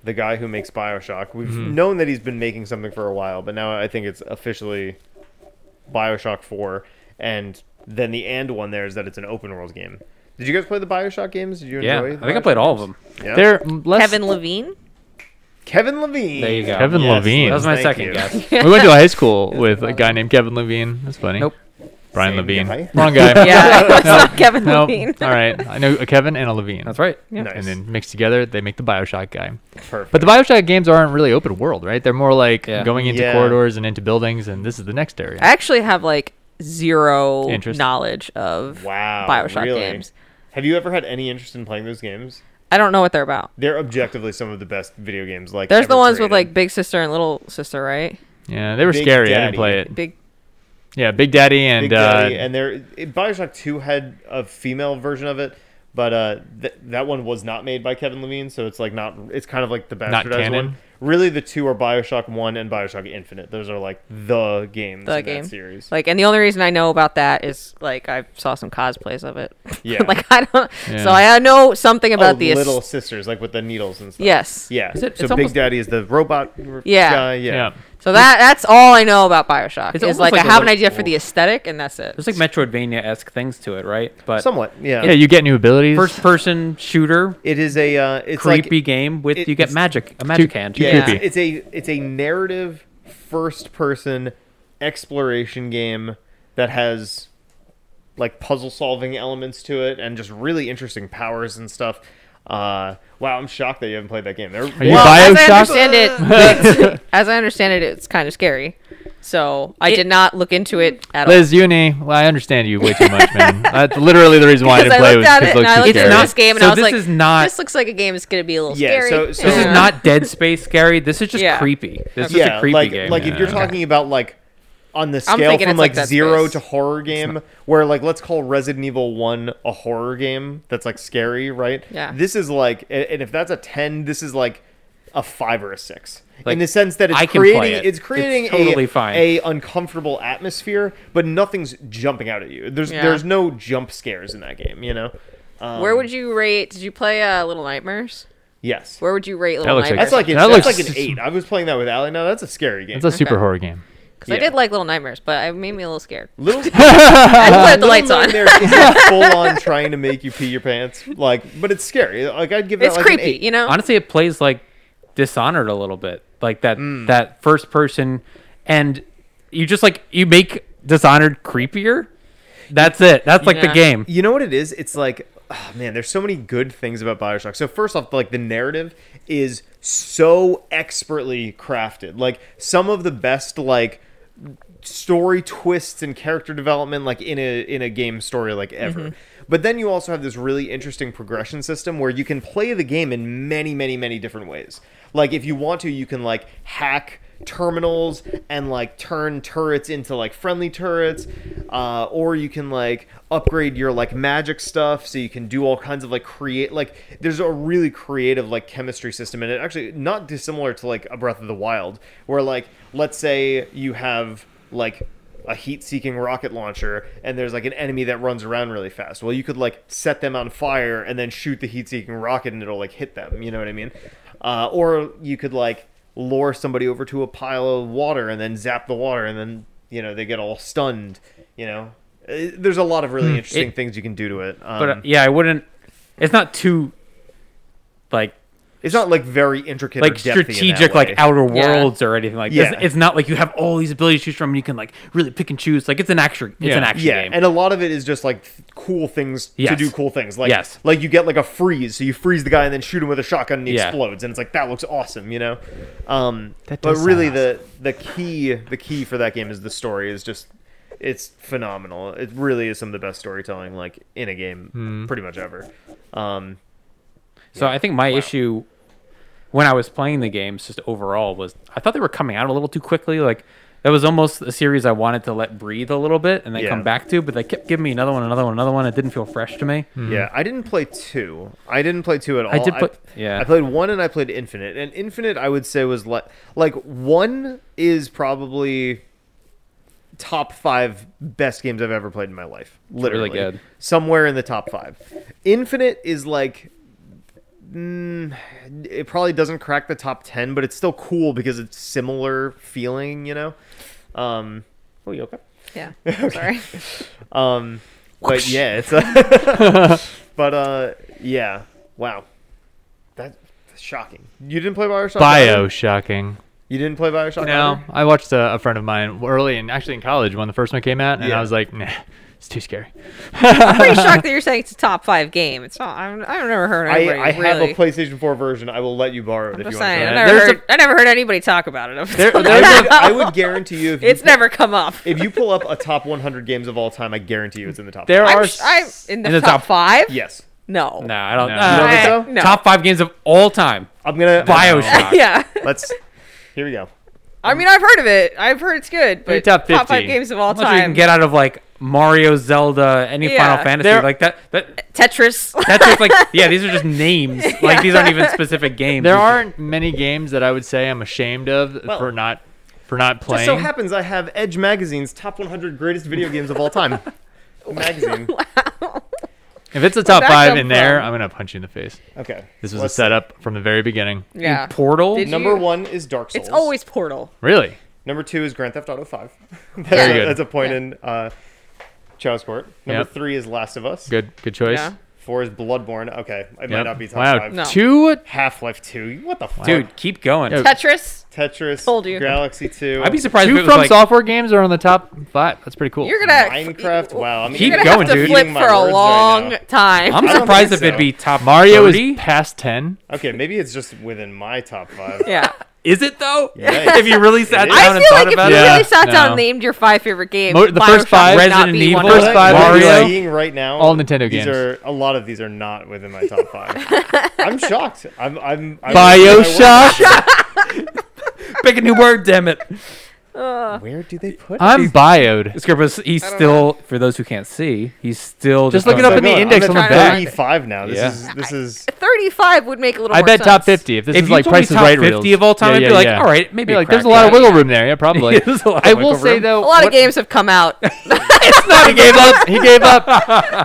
the guy who makes Bioshock. We've
Mm-hmm.
known that he's been making something for a while, but now I think it's officially Bioshock Four. And then the and one there is that it's an open world game. Did you guys play the Bioshock games? Did you
Yeah,
enjoy?
I
the
think I
Bioshock
played all of
games?
them.
Yeah.
They're less,
Kevin Levine?
Kevin Levine.
There you go.
Kevin
Liz,
Levine.
That was my
thank
second
you.
guess.
we went to high school with a guy named Kevin Levine. That's funny.
Nope.
Brian
Same
Levine.
guy?
Wrong guy.
Yeah, it's not Kevin
Nope.
Levine.
All right. I know a Kevin and a Levine.
That's right.
Yeah.
Nice.
And then mixed together, they make the Bioshock guy.
Perfect.
But the Bioshock games aren't really open world, right? They're more like
Yeah.
going into
Yeah.
corridors and into buildings, and this is the next area.
I actually have like zero
Interest.
knowledge of
wow.
Bioshock
really?
games.
Have you ever had any interest in playing those games?
I don't know what they're about.
They're objectively some of the best video games. Like
There's the
ever
ones with
created.
like big sister and little sister, right?
yeah, they were
Big
scary. I
Daddy.
didn't play it.
Big
Yeah, Big Daddy and
Big Daddy,
uh,
and there it- Bioshock Two had a female version of it, but uh, th- that one was not made by Kevin Levine, so it's like not. It's kind of like the
Not
bastardized one.
canon?
Really, the two are Bioshock One and Bioshock Infinite. Those are like the games
the
in
game
that series.
Like, and the only reason I know about that is like I saw some cosplays of it.
Yeah.
like I don't.
Yeah.
So I know something about
oh,
the
Little Sisters, like with the needles and stuff.
Yes.
Yeah.
Is it-
so Big
it's almost-
Daddy is the robot. r-
Yeah.
Guy. Yeah.
yeah.
So that that's all I know about Bioshock.
It's
Is
almost
like,
like
I
a
have an
little-
idea for the aesthetic, and that's it.
There's like Metroidvania esque things to it, right? But
Somewhat. Yeah.
yeah, you get new abilities.
first person shooter
it is a. Uh, it's like
creepy game with
it-
you get
it's-
magic a magic hand.
Yeah, it's-
Creepy.
It's, a it's a narrative first person exploration game that has like puzzle solving elements to it and just really interesting powers and stuff. Uh, wow, I'm shocked that you haven't played that game. They're,
you
well, as I
Bioshock?
understand it, as I understand it, it's kind of scary. So I did not look into it at
Liz Uni, well, I understand you way too much, man. That's literally the reason why
all.
I didn't
Because I
play was
looked at
because it
it and I
looked too
looked at
scary.
this game and
So
I was
this
like,
is not-
"This looks like a game that's going to be a little
Yeah,
scary."
so- so-
This is
Yeah.
not Dead Space scary. This is just
Yeah.
creepy. This is
yeah,
a creepy
like
game.
like if you're
Yeah.
talking about like on the
I'm
scale
thinking
from
it's like
like,
Dead
zero
Space.
to horror game, where like let's call Resident Evil One a horror game that's like scary, right?
Yeah.
This is like, a- and if that's a ten, this is like a five or a six in
Like,
the sense that it's
I can play
creating
it.
it's creating
It's totally
a,
fine.
a uncomfortable atmosphere, but nothing's jumping out at you. There's
Yeah.
there's no jump scares in that game, you know. Um,
Where would you rate? Did you play uh, Little Nightmares?
yes?
Where would you rate Little
That looks like-
Nightmares?
That's like an,
That
that's
looks-
like an eight. I was playing that with Allie. Now that's a scary game.
It's a super horror game.
Because I
yeah.
did like Little Nightmares, but it made me a little scared.
Little
I just put the lights
Little
on.
Nightmares isn't full on trying to make you pee your pants, like, but it's scary. Like I'd give that
It's
like an
creepy,
eight.
you know.
Honestly, it plays
Mm.
like Dishonored a little bit, like that that first person, and you just like you make Dishonored creepier. That's it. That's like the
Yeah.
game.
You know what it is? It's like, oh, man, there's so many good things about Bioshock. So first off, like the narrative is so expertly crafted. Like some of the best like story twists and character development like in a in a game story like ever. But then you also have this really interesting progression system where you can play the game in many many many different ways. Like if you want to, you can like hack terminals and like turn turrets into like friendly turrets uh, or you can like upgrade your like magic stuff so you can do all kinds of like create like there's a really creative like chemistry system in it actually not dissimilar to like a breath of the wild where like let's say you have like a heat-seeking rocket launcher and there's like an enemy that runs around really fast well you could like set them on fire and then shoot the heat-seeking rocket and it'll like hit them you know what i mean uh, or you could like lure somebody over to a pile of water and then zap the water and then you know they get all stunned you know Uh, there's a lot of really interesting
Hmm, It-
things you can do to it um,
But uh, yeah, I wouldn't. It's not too like
it's not like very intricate or
like
depthy in that
strategic like
way.
outer
Yeah.
worlds or anything like this.
Yeah.
It's not like you have all these abilities to choose from and you can like really pick and choose. Like it's an action it's
Yeah.
an action
yeah
game.
and a lot of it is just like th- cool things to
Yes.
do cool things like
Yes.
like you get like a freeze so you freeze the guy and then shoot him with a shotgun and he
Yeah.
explodes and it's like that looks awesome you know um
That
but
does sound
really the the key the key for that game is the story is just it's phenomenal it really is some of the best storytelling like in a game
Hmm.
pretty much ever um
So I think my issue when I was playing the games just overall was I thought they were coming out a little too quickly. Like that was almost a series I wanted to let breathe a little bit and then
Yeah.
come back to, but they kept giving me another one, another one, another one. It didn't feel fresh to me.
Hmm.
Yeah, I didn't play two. I didn't play two at all.
did play- yeah.
I played one and I played Infinite, and Infinite I would say was like like one is probably top five best games I've ever played in my life. Literally,
good.
somewhere in the top five. Infinite is like. mm, it probably doesn't crack the top 10 but it's still cool because it's similar feeling you know um oh you okay
Yeah. Sorry.
um, but yeah, it's a. but uh, yeah, wow, that's shocking. You didn't play Bioshock.
Bio
Bio.
shocking.
You didn't play Bioshock.
No,
either?
I watched a, a friend of mine early and actually in college when the first one came out, and
Yeah.
I was like, nah, it's too scary.
I'm pretty shocked that you're saying it's a top five game. It's not. I'm, I've never heard
I,
anybody.
I have
really.
a PlayStation 4 version. I will let you borrow it
I'm
if you
just
want.
saying.
to try it.
that.
I never,
There's
heard, I never heard anybody talk about it.
There, I, would, I would guarantee you if you
it's
pull-
never come up.
if you pull up a top 100 games of all time, I guarantee you it's in the top.
There
I'm,
are
sh- I'm in the,
in the
top,
top-
five.
Yes,
No.
No, I don't
No.
uh,
You
don't think so?
No.
Top five games of all time.
I'm gonna
Bioshock.
yeah.
Let's. Here we go.
I mean, I've heard of it. I've heard it's good,
Maybe
but
top
top, five
50.
games of all
How much you
time.
can get out of like Mario, Zelda, any
Yeah.
Final Fantasy,
There-
like that. That
Tetris.
that's just like yeah, these are just names. Like these aren't even specific games.
There aren't many games that I would say I'm ashamed of
Well,
for not for not
Just
playing.
so happens I have Edge magazine's top 100 greatest video games of all time. Magazine.
if it's a top
that
five
come
in there,
from?
I'm gonna punch you in the face.
Okay.
This was
Let's-
a setup from the very beginning.
yeah.
Portal.
Did you-
Number one is Dark Souls.
It's always Portal.
Really?
Number two is Grand Theft Auto Five. that's,
Very
a,
good.
that's a point in uh, Chow's court. Number
Yep.
three is Last of Us.
Good good choice.
Yeah.
Four is Bloodborne. Okay, it might
Yep.
not be top
wow.
five.
No.
Two
Half Life Two. What the fuck?
Dude, keep going.
Yeah.
Tetris.
Tetris.
Told you.
Galaxy Two.
I'd be surprised if
two
it was
from
like,
software games are on the top five. That's pretty cool.
You're gonna
Minecraft. Wow. I'm
Keep
You're gonna
going,
have to
dude.
flip
Eating my
for a
words right
long
now.
time.
I'm
I don't
surprised
think
if
so.
it'd be top
Mario
30.
is past ten.
Okay, maybe it's just within my top five.
yeah.
Is it though?
Yikes.
if you really sat
It
down
is.
I
and
feel
thought
like if you
about
it.
it,
Yeah,
really sat down
no.
and named your five favorite games,
Mo- the first
Bioshock
five-
would not
Resident
be one of
Evil.
First
them.
five
What
Mario.
I'm seeing right now.
All Nintendo
These
games.
are a lot of these are not within my top five. I'm shocked. I'm. I'm. I'm
Bioshock.
pick a new word. Damn it.
Uh,
Where do they put?
I'm bioed.
Scribus, he's still for those who can't see, he's still
Just look it up in
going-
the
I'm
index
at
on the
back.
35 now. This
Yeah.
is. This is.
Thirty-five would make a little.
I
more
bet top
sense.
fifty. If this
If
is
you
like
told me
Price is
top
Right
50
reels.
of all time,
yeah,
I'd be
yeah,
like,
yeah.
all right, maybe
Be
a
like, there's a
crack
lot
at
of
it.
wiggle room there. Yeah, probably.
There's a lot of
I
wiggle
will say
room.
though,
A lot
what-
of games have come out.
he gave up. He gave up.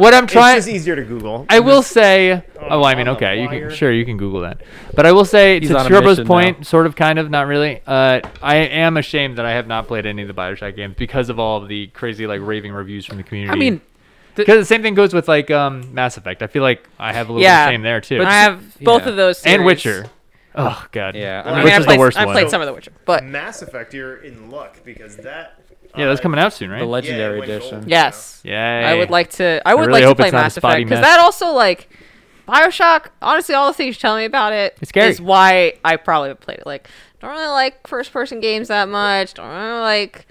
What I'm
It's
trying,
just easier to Google.
I will say. Oh, well, I mean,
on the
okay, you
wire.
can sure you can Google that, but I will say to
on a
Turbo's
mission
point,
now.
sort of, kind of, not really. Uh, I am ashamed that I have not played any of the Bioshock games because of all of the crazy like raving reviews from the community.
I mean,
because the same thing goes with like um, Mass Effect. I feel like I have a little bit
Yeah.
of shame there too,
I have both
yeah.
of those.
and
series.
Witcher. Oh God,
Yeah, I
I
mean,
Which
mean, I
is
played,
the worst
I
one.
Mm.
played some of the Witcher, but
Mass Effect, you're in luck because that
Yeah, that's
Uh,
coming out soon, right?
The legendary
Yeah, it went
edition.
gold.
Yes.
Yay.
I would like to. I would
really
like to
hope
play
it's not a
Mass Effect
spotty
because
mess.
that also like Bioshock. Honestly, all the things you tell me about it
It's scary.
is why I probably played it. Like, don't really like first-person games that much. Don't really like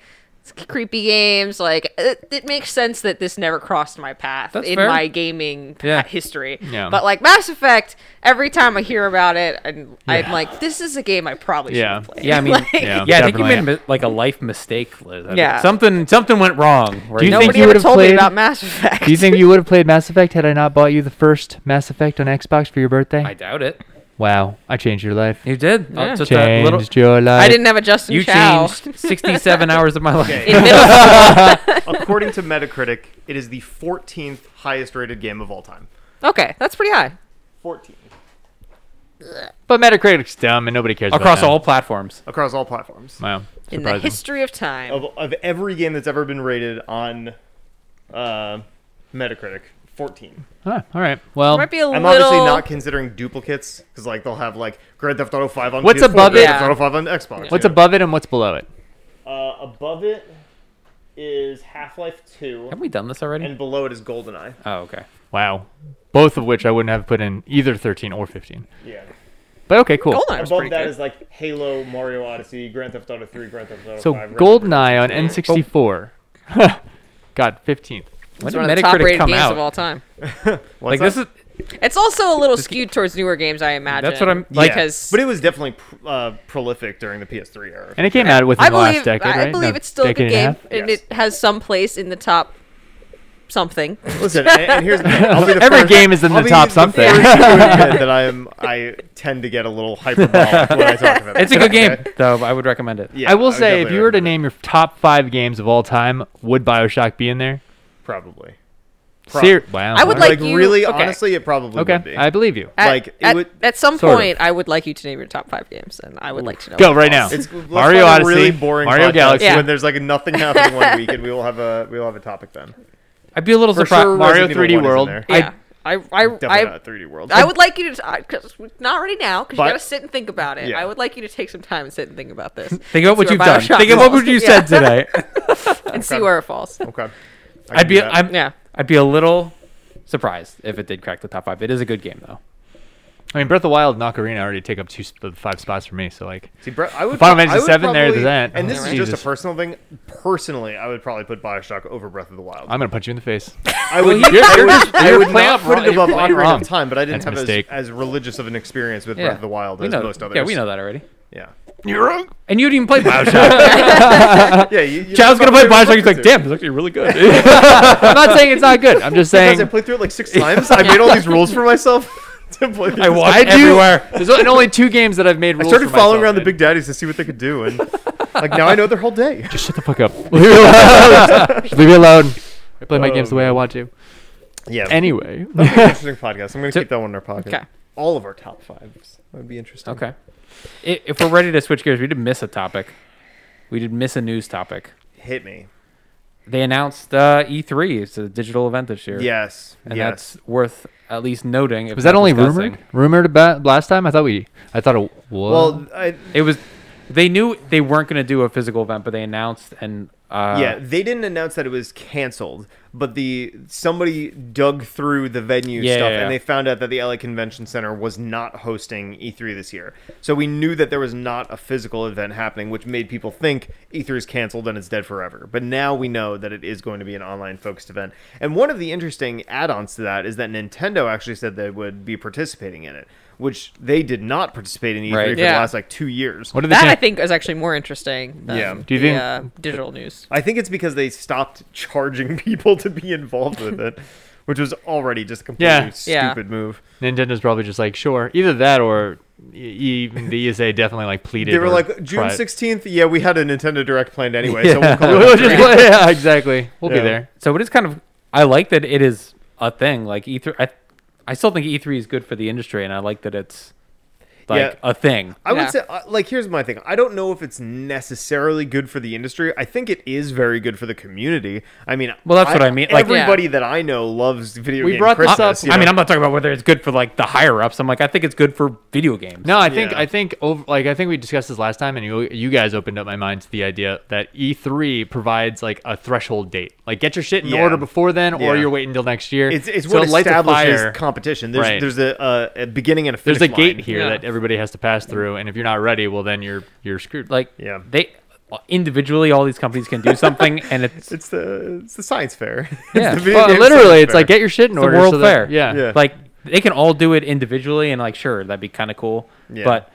s- creepy games. Like, it, it makes sense that this never crossed my path
That's
in
fair.
my gaming pa-
Yeah.
history.
Yeah.
But like Mass Effect, every time I hear about it, and I'm like, this is a game I probably
Yeah.
should play.
Yeah, I mean,
Like-
Yeah.
yeah, I think you
definitely.
made a, mi- like a life mistake, Liz. I mean,
Yeah.
something something went wrong. Right?
Do you
now.
think
Nobody ever
would've
told me
played-
about Mass Effect.
Do you think you would have played Mass Effect had I not bought you the first Mass Effect on Xbox for your birthday?
I doubt it.
wow, I changed your life.
You did. Oh,
Yeah.
just a
changed
little.
your life.
I didn't have a Justin
You
Chow.
changed 67 hours of my life.
Okay.
in middle school.
According to Metacritic, it is the 14th highest rated game of all time.
Okay, that's pretty high.
14
But Metacritic's dumb and nobody cares.
Across all
about
platforms.
across all platforms
that. Wow.
In the
Surprising.
history of time.
of, of every game that's ever been rated on uh, Metacritic. 14.
Ah, all right. Well,
might be a
I'm
little.
obviously not considering duplicates because like they'll have like Grand Theft Auto 5 on
What's
PS4,
above
Grand
it?
Theft Auto
Yeah.
5 on Xbox.
what's
you know.
above it and what's below it?
Uh, above it is Half Life 2,
Have we done this already?
and below it is GoldenEye.
Oh, okay.
Wow. Both of which I wouldn't have put in either 13 or 15.
Yeah.
But okay, cool.
Goldeneye was
Above
pretty
that
good.
is like Halo, Mario Odyssey, Grand Theft Auto 3, Grand Theft Auto
So
5. Red
GoldenEye on N64. God, 15th.
When
It's
did
one of the top
Metacritic
rated
come
games
out?
of all time.
like this is
It's also a little skewed towards newer games, I imagine.
that's what I'm
Dead.
like.
Yeah.
but it was definitely pr- uh, prolific during the PS3 era.
And it came out within
I
the
believe,
last decade,
I
right?
believe
No,
it's still a good
decade
game,
and
and,
Yes.
it has some place in the top something.
Listen, and, and here's the thing. I'll be the
Every
first-
game is in
I'll
the
be
top
the
something.
first to admit that I am. I tend to get a little hyperbolic when I talk about it.
it's a good game though. I would recommend it.
Yeah,
I will
would
say, if
definitely
you were to
recommend
name your top five games of all time, would Bioshock be in there?
it. probably,
Ser- wow.
I would
wow.
like
like
you-
really
okay.
honestly, it probably would
Okay,
be.
I believe you.
At,
Like, it
at,
would-
at some
Sort of.
point, I would like you to name your top five games, and I would like to know.
Go right now.
It's let's
Mario
find a
Odyssey,
really boring
Mario
podcast
Galaxy.
Yeah.
when there's like nothing happening one week, and we will have a we will have a topic then.
I'd be a little
For
surprised.
sure,
Mario
Resident Evil 1 is
3D
in
World.
there.
Yeah, I, I,
Definitely
I,
not 3D World.
I would like you to, because not right now, because you
But-
gotta sit and think about it.
Yeah.
I would like you to take some time and sit and think about this.
Think about what
See
you've
where
done.
Bioshock
Think about
falls.
what you
Yeah.
said today.
and see where it falls.
okay. I can
I'd
do
be.
that.
I'm,
Yeah.
I'd be a little surprised if it did crack the top five. It is a good game though.
I mean, Breath of the Wild and Ocarina already take up two, sp- five spots for me. So like,
See, Brett, I would.
Final
pro-
Fantasy
I would
VII, there's
probably-
that.
And this
Oh,
is just
Jesus.
a personal thing. Personally, I would probably put Bioshock over Breath of the
Uh,
Wild.
I'm gonna punch you in the face.
I would.
you're-
I
you're
would,
just-
I
you're
would
playing
not
up
put
wrong.
it above
You're playing
Ocarina
wrong.
of Time, but I didn't
That's a
have as,
mistake.
as religious of an experience with
Yeah.
Breath of the Wild
We
as
know-
most others.
Yeah, we know that already.
Yeah.
You're wrong.
And you didn't even play Bioshock.
Yeah, you, you
Chow's gonna play Bioshock. He's like,
damn.
damn, it's actually really good.
I'm not saying it's not good. I'm just
Guys, I
saying
played through it like six times. I made all these rules for myself to play. through
I
this.
walked
I do.
everywhere.
There's o- and only two games that I've made.
I
Rules
started
for
following
myself
around the
in.
big daddies to see what they could do, and like now I know their whole day.
Just shut the fuck up. Leave me alone. Just Leave me alone. I play my games the way I want to.
Yeah.
Anyway,
interesting podcast. I'm gonna keep that one in our pocket.
Okay.
All of our top fives. That would be interesting.
okay. I- If we're ready to switch gears, we did miss a topic. We did miss a news topic.
Hit me.
They announced uh, E3 is a digital event this year.
Yes.
and
yes.
that's worth at least noting. If
was that
not
only
discussing.
rumored? Rumored about last time? I thought we. I thought it. Whoa.
well, I,
It was. They knew they weren't going to do a physical event, but they announced and uh,
yeah, they didn't announce that it was canceled, but the somebody dug through the venue
Yeah,
stuff
yeah, yeah.
and they found out that the LA Convention Center was not hosting E3 this year. So we knew that there was not a physical event happening, which made people think E3 is canceled and it's dead forever. But now we know that it is going to be an online focused event. And one of the interesting add-ons to that is that Nintendo actually said they would be participating in it, which they did not participate in E3
Right.
for the
Yeah.
last like 2 years.
what are the
That I
chan-
think is actually more interesting. Than
Yeah.
Do you think-
the, uh, digital news?
I think it's because they stopped charging people to be involved with it, which was already just a completely
Yeah.
Yeah.
stupid move.
Nintendo's probably just like sure. Either that or e- even the ESA definitely like pleaded.
They were
or
like June
tried-
sixteenth. Yeah, we had a Nintendo Direct planned anyway, so we'll call
We'll
it.
just play- yeah, exactly. We'll
Yeah.
be there.
So it is kind of. I like that it is E a thing. Like E3, I, I still think E3 is good for the industry, and I like that it's like
Yeah.
a thing.
I
Yeah.
would say, uh, like, here's my thing. I don't know if it's necessarily good for the industry. I think it is very good for the community. I mean,
Well, that's what I mean. Like-
everybody
Yeah.
that I know loves video
We
game
brought this
Christmas.
up-
you
I mean,
know?
I'm not talking about whether it's good for like the higher ups. I'm like, I think it's good for video games.
No, I think
Yeah.
I think over, like I think we discussed this last time, and you you guys opened up my mind to the idea that E3 provides like a threshold date. Like get your shit in
Yeah.
order before then, or
Yeah.
you're waiting until next year.
it's it's
So
what
lights a
establishes
fire.
competition. There's
Right.
there's a, uh, a beginning and a finish
There's a
line.
gate here
Yeah.
that everybody has to pass through, and if you're not ready, well then you're you're screwed.
Like,
Yeah.
they individually, all these companies can do something, and it's
It's the it's the science fair. It's
Yeah.
the video
well,
game
uh, literally,
science
it's
fair.
like get your shit in
It's the
order.
World
so that-
Fair.
yeah.
Yeah.
like they can all do it individually, and like, sure, that'd be kind of cool.
Yeah.
But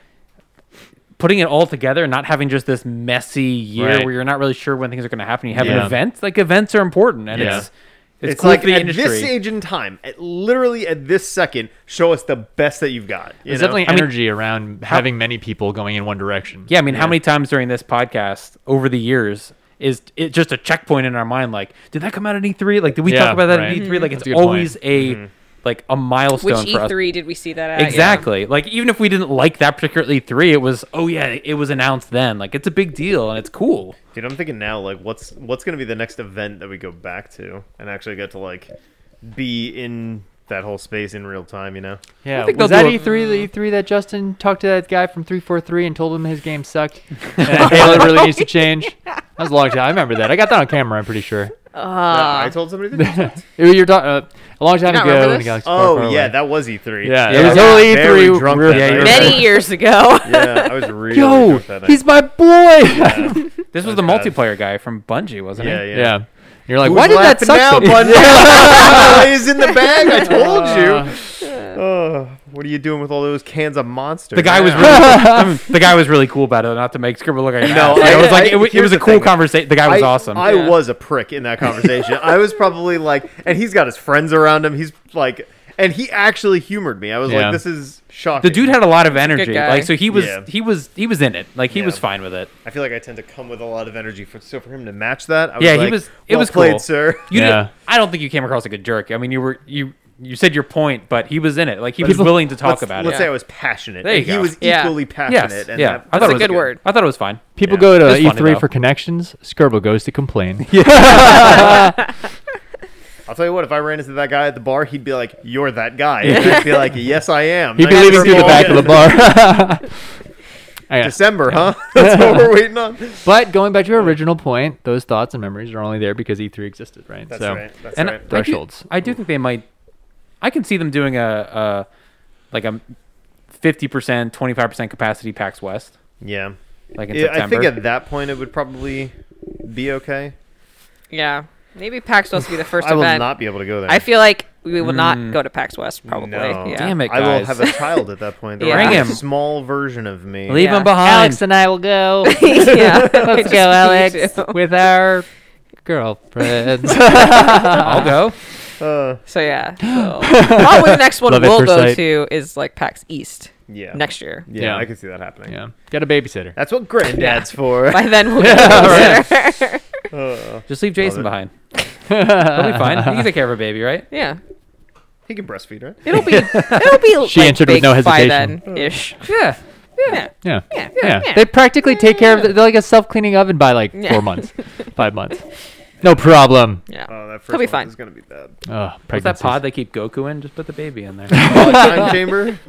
putting it all together and not having just this messy year
Right.
where you're not really sure when things are going to happen. You have an
Yeah.
event. Like events are important, and
Yeah.
it's it's,
It's
cool
like
for the
at
industry.
this age and time, at literally at this second, show us the best that you've got. You
There's
know?
definitely
I mean-
energy around having many people going in one direction.
Yeah, I mean, how many times during this podcast over the years is it just a checkpoint in our mind? Like, did that come out at E three? Like, did we
Yeah,
talk about that
right.
at E three? Like,
That's
it's
a good point.
always a like a
Which E
milestone for us.
E3 did we see that at? Yeah.
Exactly. Like, even if we didn't like that particular E three, it was oh yeah, it was announced then. Like, it's a big deal and it's cool.
Dude, I'm thinking now, like, what's what's gonna be the next event that we go back to and actually get to like be in that whole space in real time? You know,
Yeah,
I think
was
they'll
that
do a-
E three the E three that Justin talked to that guy from three four three and told him his game sucked and Halo really needs to change? That was a long time. I remember that. I got that on camera. I'm pretty sure.
Ah, Uh,
I told somebody. That
You were talking uh, a long time
not
ago.
remember
in the
this?
galaxy far,
oh
far
yeah,
away.
that was E3.
yeah,
Yeah,
It was
we
Halo E
very
three.
drunk
we were-
that
yeah,
night.
you
Many years ago.
yeah, I was really
Yo,
drunk that night.
he's my boy. yeah,
This was the
bad.
multiplayer guy from Bungie, wasn't
yeah,
he?
yeah.
You're like,
Who's
why did that
laughing
suck?
now,
so
bud?
much?"
He's in the bag. I told
Uh,
you. Oh, what are you doing with all those cans of monster?
The guy was really the guy was really cool about it, not to make scribble look like an
No,
ass. it was like
I-
it, was- it
here's
was a
the
cool
thing.
conversation. The guy was
I,
awesome.
I
Yeah.
was a prick in that conversation. I was probably like, and he's got his friends around him. He's like, and he actually humored me. I was
Yeah.
like, this is shocking.
the dude had a lot of energy.
guy.
Like so he was
Yeah.
he was he was in it. Like he
Yeah.
was fine with it.
I feel like I tend to come with a lot of energy, for, so for him to match that, I was
Yeah, he
like,
was it
well
was
played,
cool.
sir.
You
Yeah.
didn't- I don't think you came across like a jerk. I mean you were you you said your point, but he was in it. Like he was
People-
willing to talk
let's,
about
let's
it.
say I was passionate.
There you
and he
go.
was
Yeah.
equally
Yes.
passionate. and
yeah.
that-
I
That's
thought
a
it was
good word.
I thought it was fine.
People
Yeah.
go to
It's
E
funny,
three
though.
for connections. Skirbo goes to complain.
I'll tell you what, if I ran into that guy at the bar, he'd be like, "You're that guy." And I'd be like, "Yes, I am."
He'd be
Thanks
leaving
for
through the back of the
calling.
bar. I got-
December, huh? That's what we're waiting on.
But going back to your original point, those thoughts and memories are only there because E3 existed, right?
That's
so
right. That's
and
right.
I-
Thresholds.
I do, I do think they might. I can see them doing a, a like a fifty percent, twenty five percent capacity PAX West.
yeah.
Like in
Yeah, I
September.
think at that point it would probably be okay.
Yeah. Maybe PAX West will be the first
I will
event.
not be able to go there.
I feel like we will not go to PAX West probably.
No.
Yeah.
Damn it,
I will
guys.
have a child at that point. There
Yeah.
will be
Bring
a
him.
Small version of me.
Leave
Yeah.
him behind.
and I will go.
yeah. Let's
with our girlfriends.
I'll go.
Uh,
So yeah. So. Probably the next one
Love it
we'll
for
go
sight.
to is like PAX East
yeah.
next year.
Yeah,
Yeah.
I could see that happening.
yeah, got a babysitter.
That's what granddad's for.
By then we'll get closer.
Uh,
Just leave Jason
it.
behind. He'll be fine. He can take care of a baby, right?
yeah.
he can breastfeed, right?
It'll be it'll be
She
like
answered with
big
no
by
hesitation.
then ish.
Yeah.
Hmm.
Yeah.
Yeah.
Yeah.
Yeah.
Yeah.
they practically take care of the, they're like a self cleaning oven by like
Yeah.
four months, five months, no problem.
Yeah.
Oh, that 1st
He'll be
one
fine.
is gonna be bad.
Oh,
What's that pod they keep Goku in? Just put the baby in there.
Hyperbolic time chamber,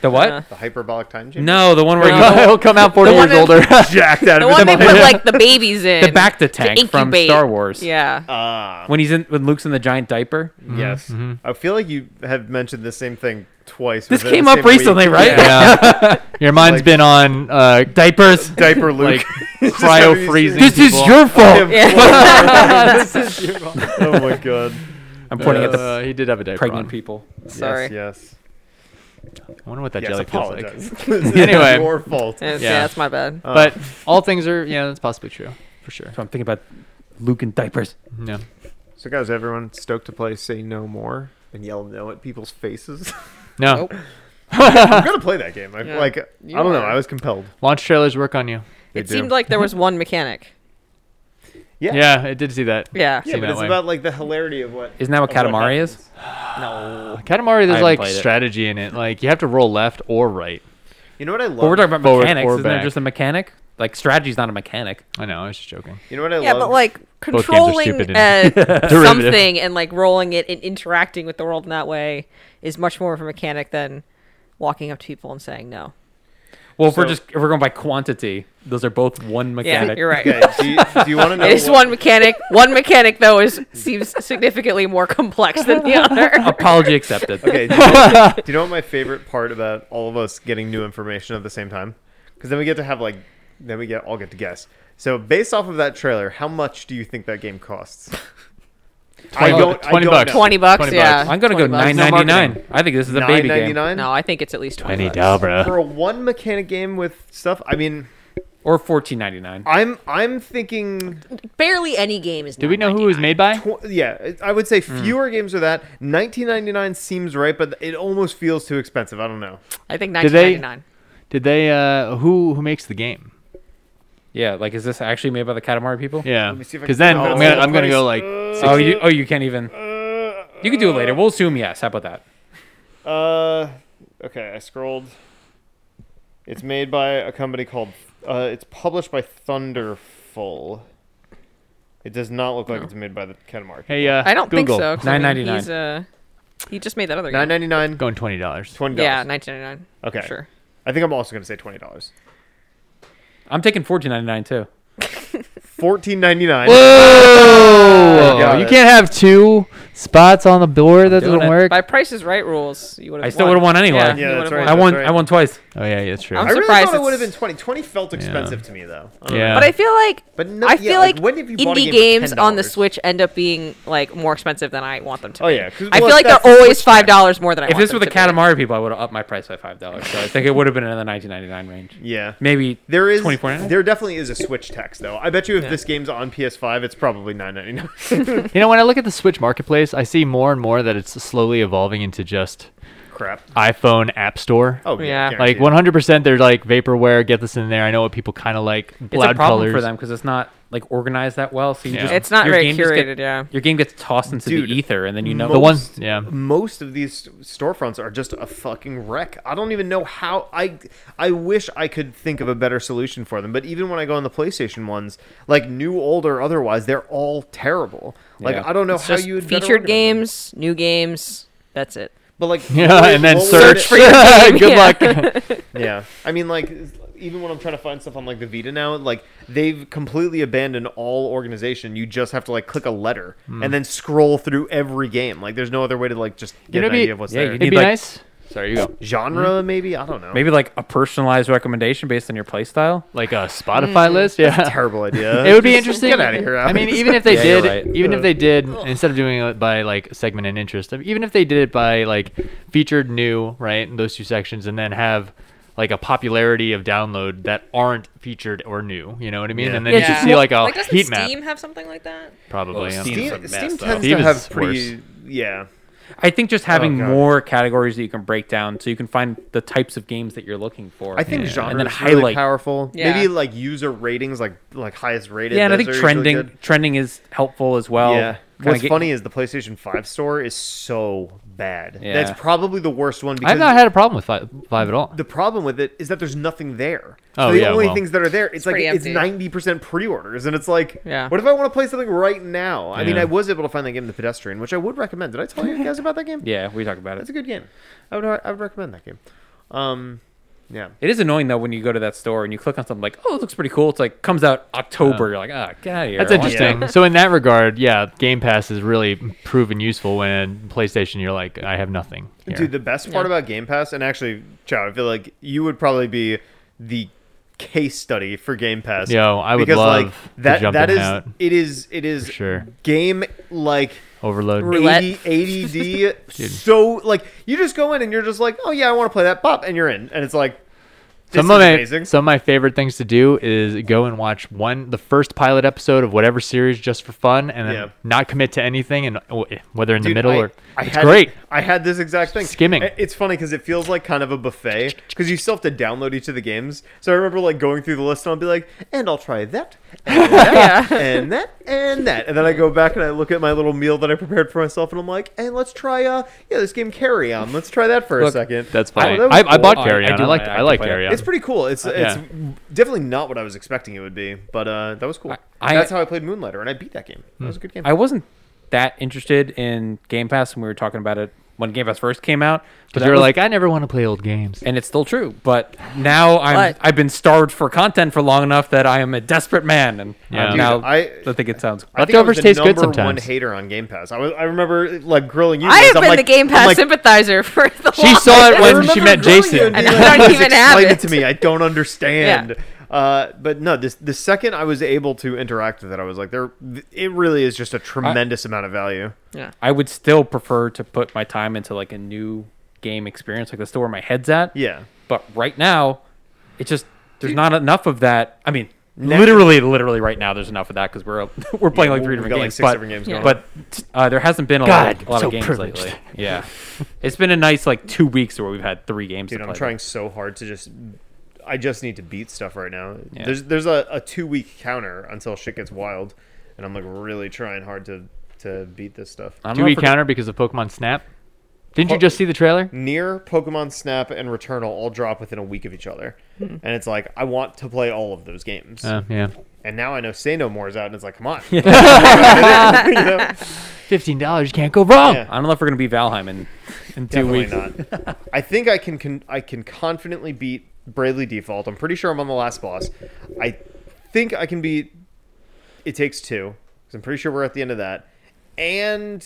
the what?
Uh,
the hyperbolic time chamber.
no, the one where
No.
you
He'll come out forty
The
years
one
older.
jacked out
The
of his
one they
mind.
put like the babies in.
the back to tank from
incubate.
Star Wars.
Yeah.
Ah,
When he's in when Luke's in the giant diaper.
yes.
Mm-hmm.
I feel like you have mentioned the same thing twice.
This
within the
came up
same week.
recently, right?
yeah. Your mind's
Like-
been on uh,
Diapers.
Diaper Luke. Just having
cryo
these-
freezing.
This is
people.
your fault.
This is your- oh my god.
I'm pointing at the
Uh, he did have a diaper
pregnant
on.
people.
Sorry.
Yes. Yes.
I wonder what that
yes
jelly feels like.
apologize. This is
Anyway.
your fault.
It's-
Yeah.
yeah. that's my bad.
Uh,
But all things are, yeah, that's possibly true for sure.
Oh. So I'm thinking about Luke in diapers.
Yeah.
so guys, everyone stoked to play Say No More and yell no at people's faces. Oh,
No.
I'm gonna play that game. I,
Yeah.
Like
You
I don't know.
are.
I was compelled.
Launch trailers work on you.
They
it
do.
seemed like there was one mechanic.
yeah, yeah,
Yeah, I did see that.
Yeah.
Yeah.
but
seemed that
it's
way.
about like the hilarity of what
Isn't that what
of what
Katamari is?
happens. No.
Uh, Katamari,
I
there's
haven't
like
played it.
strategy in it. Like you have to roll left or right.
You know what I love?
But we're talking about
Forward
mechanics.
or
Isn't there
back.
just a mechanic? Like strategy's not a mechanic.
I know. I was just joking.
you know what I
Yeah,
love?
but like
Both games are
controlling
stupid
uh,
and- Derivative.
something and like rolling it and interacting with the world in that way is much more of a mechanic than walking up to people and saying no.
Well, if we're
So-
just if we're going by quantity, those are both one
Yeah,
mechanic.
you're right.
Okay, do you, do you want to know?
It is
what-
one mechanic. One mechanic though is seems significantly more complex than the
Oh,
other.
Apology accepted.
Okay. Do you, do you know what my favorite part about all of us getting new information at the same time? Because then we get to have like, then we get all get to guess. So based off of that trailer, how much do you think that game costs? I
20
don't.
20
I don't
bucks.
Know.
Twenty bucks.
20
yeah,
bucks.
I'm gonna go
20 bucks.
nine
No
ninety
marketing.
nine. I think this is a
Nine
baby
ninety
game
nine.
No, I think it's at least twenty. bucks.
For a one mechanic game with stuff, I mean,
or fourteen ninety nine.
I'm I'm thinking,
Barely any game is.
Do we know who it was made by?
tw- yeah, I would say
Hmm.
fewer games are that. 1999 seems right, but it almost feels too expensive. I don't know.
I think
Did they-
1999.
Did they? Uh, who who makes the game?
Yeah, like is this actually made by the Katamari people?
Yeah.
me see if I
Because
can-
then
Oh,
I'm gonna
the
I'm gonna go
price.
like.
Oh, you oh you can't even. You can do it later. We'll assume yes. How about that?
Uh, okay, I scrolled. It's made by a company called. Uh, it's published by Thunderful. It does not look like it's made by the Katamari.
Hey, uh,
I don't
Google.
think so. 'cause I mean,
9.99.
he's, uh, he just made that other
nine
game.
ninety nine.
Going twenty dollars.
Twenty
Yeah,
dollars.
1999.
okay.
Sure.
I think I'm also gonna say twenty dollars.
I'm taking fourteen ninety nine too.
Fourteen ninety nine.
Whoa!
Got
you
it.
can't have two spots on the board. That doesn't
Doing it.
work.
By Price is Right rules, you would have.
I still would've won anyway.
Yeah,
Yeah,
you
that's
would've
right.
I
won.
won. I won twice.
Oh yeah, yeah, that's true.
I
I'm
really
surprised
thought it
it's-
would have been twenty. Twenty felt expensive to me though. Um, I don't
Yeah.
know.
But I feel like
But no,
I feel
yeah,
like,
when have you bought a
indie
game for
games on the
$10?
Switch end up being like more expensive than I want them to.
Oh,
be.
yeah, 'cause-
I
well,
feel like
that's
they're
the
always
Switch
five
back.
dollars more than I
If
want
this
them
were
to
the
be.
Katamari people, I would have upped my price by five dollars. So I think it would have been in the nineteen ninety nine range.
Yeah.
Maybe
There is
twenty four ninety nine.
there definitely is a Switch tax though. I bet you if
Yeah.
this game's on PS5, it's probably nine ninety nine.
You know, when I look at the Switch marketplace, I see more and more that it's slowly evolving into just
Crap.
iPhone App Store.
Oh yeah.
Yeah.
like
guaranteed.
100%, they're like vaporware. Get this in there. I know what people kind of like.
It's a
Loud
problem
colors.
for them because it's not like organized that well. So you
Yeah.
just
It's not
your
very
game just
curated.
get-
yeah.
Your game gets tossed into
Dude,
the ether, and then you know
most-
one- yeah.
Most of these storefronts are just a fucking wreck. I don't even know how. I I wish I could think of a better solution for them. But even when I go on the PlayStation ones, like new, old, or otherwise, they're all terrible. Like
Yeah.
I don't know how
Just
you would better
featured
organize them.
games, new games. That's it.
But like
Yeah,
what-
and then
what would
search.
it-
for your game,
Good
yeah.
luck.
yeah, I mean like even when I'm trying to find stuff on like the Vita now, like they've completely abandoned all organization. You just have to like click a letter and then scroll through every game. Like there's no other way to like just get
know,
an
be-
idea of what's
yeah,
there.
you
It'd
need,
be
like-
nice. Sorry, you go.
Genre maybe I don't know.
Maybe like a personalized recommendation based on your playstyle.
Like a
Mm.
Spotify list. Yeah.
terrible idea.
It would be
Just
interesting.
Get out of here.
I mean,
Alex.
even if they
Yeah, you're
did,
right. Uh,
even if they did, instead of doing it by like segment and interest, I mean, even if they did it by like featured new, right, in those two sections, and then have like a popularity of download that aren't featured or new. You know what I mean?
Yeah.
And then you should see like a heat map,
have something like that?
probably.
Well,
yeah.
Steam-
Steam,
It's a mess,
Steam
though.
tends to
Steam is
have pretty yeah.
I think just having
Oh, God.
more categories that you can break down so you can find the types of games that you're looking for.
I think
Yeah.
genre
And then
is really
highlight-
powerful.
Yeah.
Maybe like user ratings, like like highest rated.
yeah, and I
those
think
are usually
trending
good.
trending is helpful as well.
yeah.
Kinda
What's
get-
funny is the PlayStation Five store is so bad.
Yeah.
That's probably the worst one because
I've not had a problem with five, five at all.
the problem with it is that there's nothing there. So
Oh,
the
yeah,
only
well.
things that are there, it's, like
pretty
it's
empty.
ninety percent pre-orders, and it's like,
Yeah.
what if I want to play something right now? I mean,
Yeah.
I was able to find that game, The Pedestrian, which I would recommend. Did I tell you guys about that game?
Yeah, we talk about
That's
it.
a good game. I would I would recommend that game. Um, yeah.
It is annoying though when you go to that store and you click on something like, oh, it looks pretty cool. It's like comes out October. You're like, ah, get out of here.
That's
I want
interesting. So in that regard, yeah, Game Pass is really proven useful. When PlayStation, you're like, I have nothing. here.
Dude, the best part about Game Pass, and actually, Chow, I feel like you would probably be the case study for Game Pass.
Yo, I would
because
love
like
to
that.
jump
that
in
is
and out.
it is it is
sure.
game like.
Overload.
Roulette.
AD, ADD so like you just go in and you're just like oh yeah I want to play that pop and you're in and it's like this
some of
is
my
amazing
some of my favorite things to do is go and watch one the first pilot episode of whatever series just for fun, and then
Yeah.
not commit to anything, and w- whether in the
Dude,
middle
I-
or
I
it's
had,
great.
I had this exact thing.
Skimming.
I- It's funny because it feels like kind of a buffet because you still have to download each of the games. So I remember like going through the list and I'll be like, and I'll try that,
yeah.
and that and that and then i go back and i look at my little meal that i prepared for myself and i'm like and let's try uh yeah this game carry on let's try that for a
Look,
second
That's
Oh,
fine.
that was
I, I
cool.
bought
I- I
carry on.
do
I, like
wanna- I
I
can
like
play it.
carry on.
it's pretty cool it's it's
Uh, yeah.
definitely not what i was expecting it would be but uh that was cool
I- I-
that's how i played moonlighter and i beat that game that was a good game
I wasn't that interested in Game Pass when we were talking about it when Game Pass first came out.
Because
that
you're
was-
like, I never want to play old games.
and it's still true. But now I'm
But-
I've been starved for content for long enough that I am a desperate man, and
Yeah.
I'm
Dude,
now
I-
I, think it sounds.
I think I was
Leftovers
the
taste good
number One
sometimes.
hater on Game Pass. I, was, I remember like grilling you.
I
guys.
have
I'm
been
like-
the Game
I'm
Pass
like,
sympathizer for the
She saw it
I
when
remember
she met
grilling you
Jason.
being
And I don't
"Please
even have
explain
it."
to me. I don't understand. Uh, but no, this the second I was able to interact with it, I was like, there. It really is just a tremendous amount of value.
Yeah.
I would still prefer to put my time into like a new game experience, like that's still where my head's at.
Yeah.
But right now, it's just there's not enough of that. I mean,
Next-
literally, literally right now, there's enough of that because we're we're playing like
we-
three
we've
different
got, like,
games.
six
but
different games
going
but uh, there hasn't been a lot,
God,
of- a lot
so
of games
privileged.
lately. Yeah, it's been a nice like two weeks where we've had three games.
Dude,
to
I'm
play.
trying so hard to just. I just need to beat stuff right now.
Yeah.
There's there's a, a two week counter until shit gets wild, and I'm like really trying hard to to beat this stuff.
I don't
Do
know
we
if we're-
counter because of Pokemon Snap? Didn't you just see the trailer?
Near Pokemon Snap and Returnal all drop within a week of each other, and it's like I want to play all of those games.
Uh, yeah.
and now I know Say No More is out, and it's like, come on, You know?
Fifteen dollars can't go wrong.
Yeah.
I don't know if we're gonna be Valheim in in two
definitely
weeks.
not. I think I can, con- I can confidently beat Bradley Default. I'm pretty sure I'm on the last boss. I think I can beat. It takes two 'cause I'm pretty sure we're at the end of that, and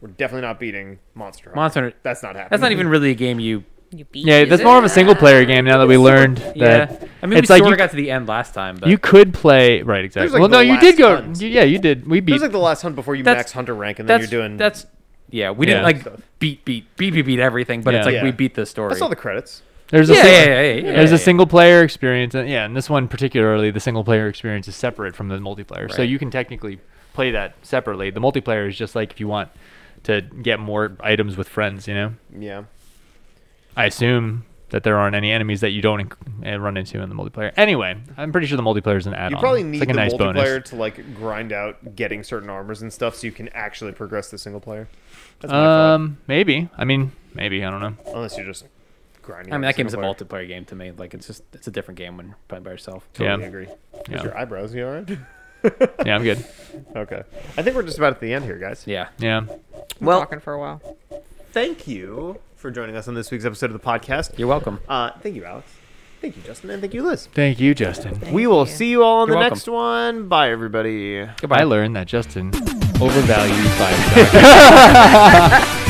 we're definitely not beating Monster. Hunter.
Monster Hunter-
That's not happening.
That's not even really a game you.
You beat
Yeah,
is
that's
it?
more of a single player game now that we learned that
yeah, I mean,
it's
we
like
sort
you,
of got to the end last time, but
you could play right exactly.
like
well,
the
no, you
last
did go.
hunt.
Yeah, you did. We
It
beat.
was like the last hunt before you
That's-
max Hunter rank, and then
that's
you're doing.
that's yeah. We
Yeah.
didn't like beat beat beat beat beat everything, but it's
Yeah.
like we
Yeah.
beat the story.
I saw the credits.
there's a
yeah,
sing-
yeah, yeah, yeah, yeah,
There's
yeah.
a single player experience, and yeah, and this one particularly, the single player experience is separate from the multiplayer, so
Right.
you can technically play that separately. The multiplayer is just like if you want to get more items with friends, you know.
Yeah.
I assume that there aren't any enemies that you don't inc- uh, run into in the multiplayer. Anyway, I'm pretty sure the multiplayer is an add-on.
You probably
It's
need
like a
the
nice
multiplayer
bonus.
to like grind out getting certain armors and stuff, so you can actually progress the single player. That's my thought.
Um, maybe. I mean, maybe. I don't know.
unless you're just grinding.
I mean,
out
that game's a
single
multiplayer game to me. Like it's just it's a different game when you're playing by yourself.
player.
Yeah.
agree.
Yeah.
Is your eyebrows you all right?
Yeah, I'm good.
okay, I think we're just about at the end here, guys.
Yeah.
Yeah.
well, talking for a while.
Thank you for joining us on this week's episode of the podcast.
You're welcome.
Uh, thank you, Alex. Thank you, Justin, and thank you, Liz.
Thank you, Justin.
we will
you.
see you all in
You're
the
welcome.
next one. Bye, everybody.
I learned that Justin overvalues five